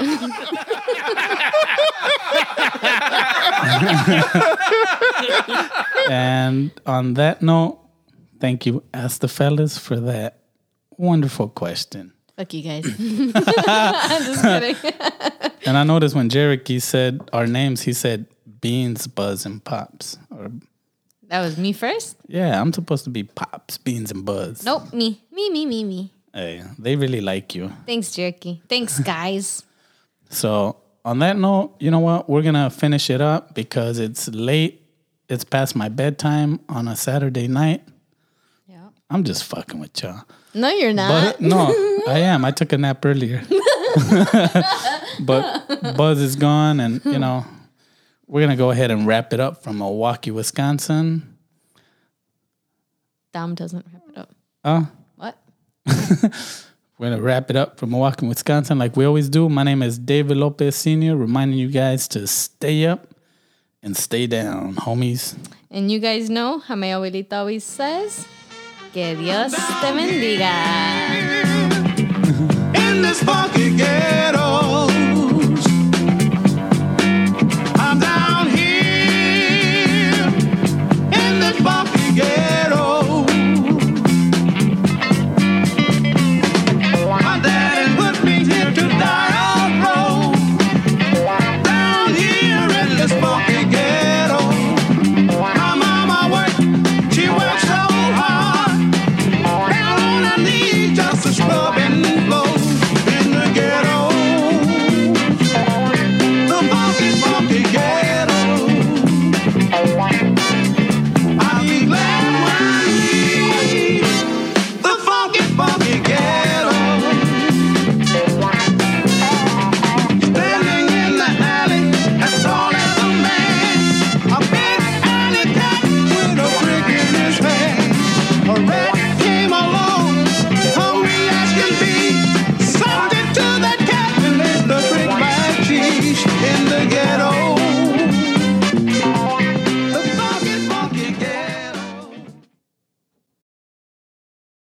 [SPEAKER 8] and on that note, thank you, Ask the Fellas, for that wonderful question.
[SPEAKER 3] Fuck you guys. I'm just kidding.
[SPEAKER 8] And I noticed when Jericho said our names, he said Beans, Buzz, and Pops. Or
[SPEAKER 3] That was me first.
[SPEAKER 8] yeah, I'm supposed to be Pops, Beans, and Buzz.
[SPEAKER 3] Nope, me, me, me, me, me.
[SPEAKER 8] Hey, they really like you.
[SPEAKER 3] Thanks, Jerky. Thanks, guys.
[SPEAKER 8] So on that note, you know what? We're gonna finish it up because it's late. It's past my bedtime on a Saturday night. Yeah. I'm just fucking with y'all.
[SPEAKER 3] No, you're not.
[SPEAKER 8] But no, I am. I took a nap earlier. but Buzz is gone, and you know, we're gonna go ahead and wrap it up from Milwaukee, Wisconsin.
[SPEAKER 3] Dom doesn't wrap it up.
[SPEAKER 8] Uh,
[SPEAKER 3] What?
[SPEAKER 8] we're gonna wrap it up from Milwaukee, Wisconsin, like we always do. My name is David Lopez Senior, reminding you guys to stay up and stay down, homies.
[SPEAKER 3] And you guys know how my abuelita always says, Que Dios te bendiga.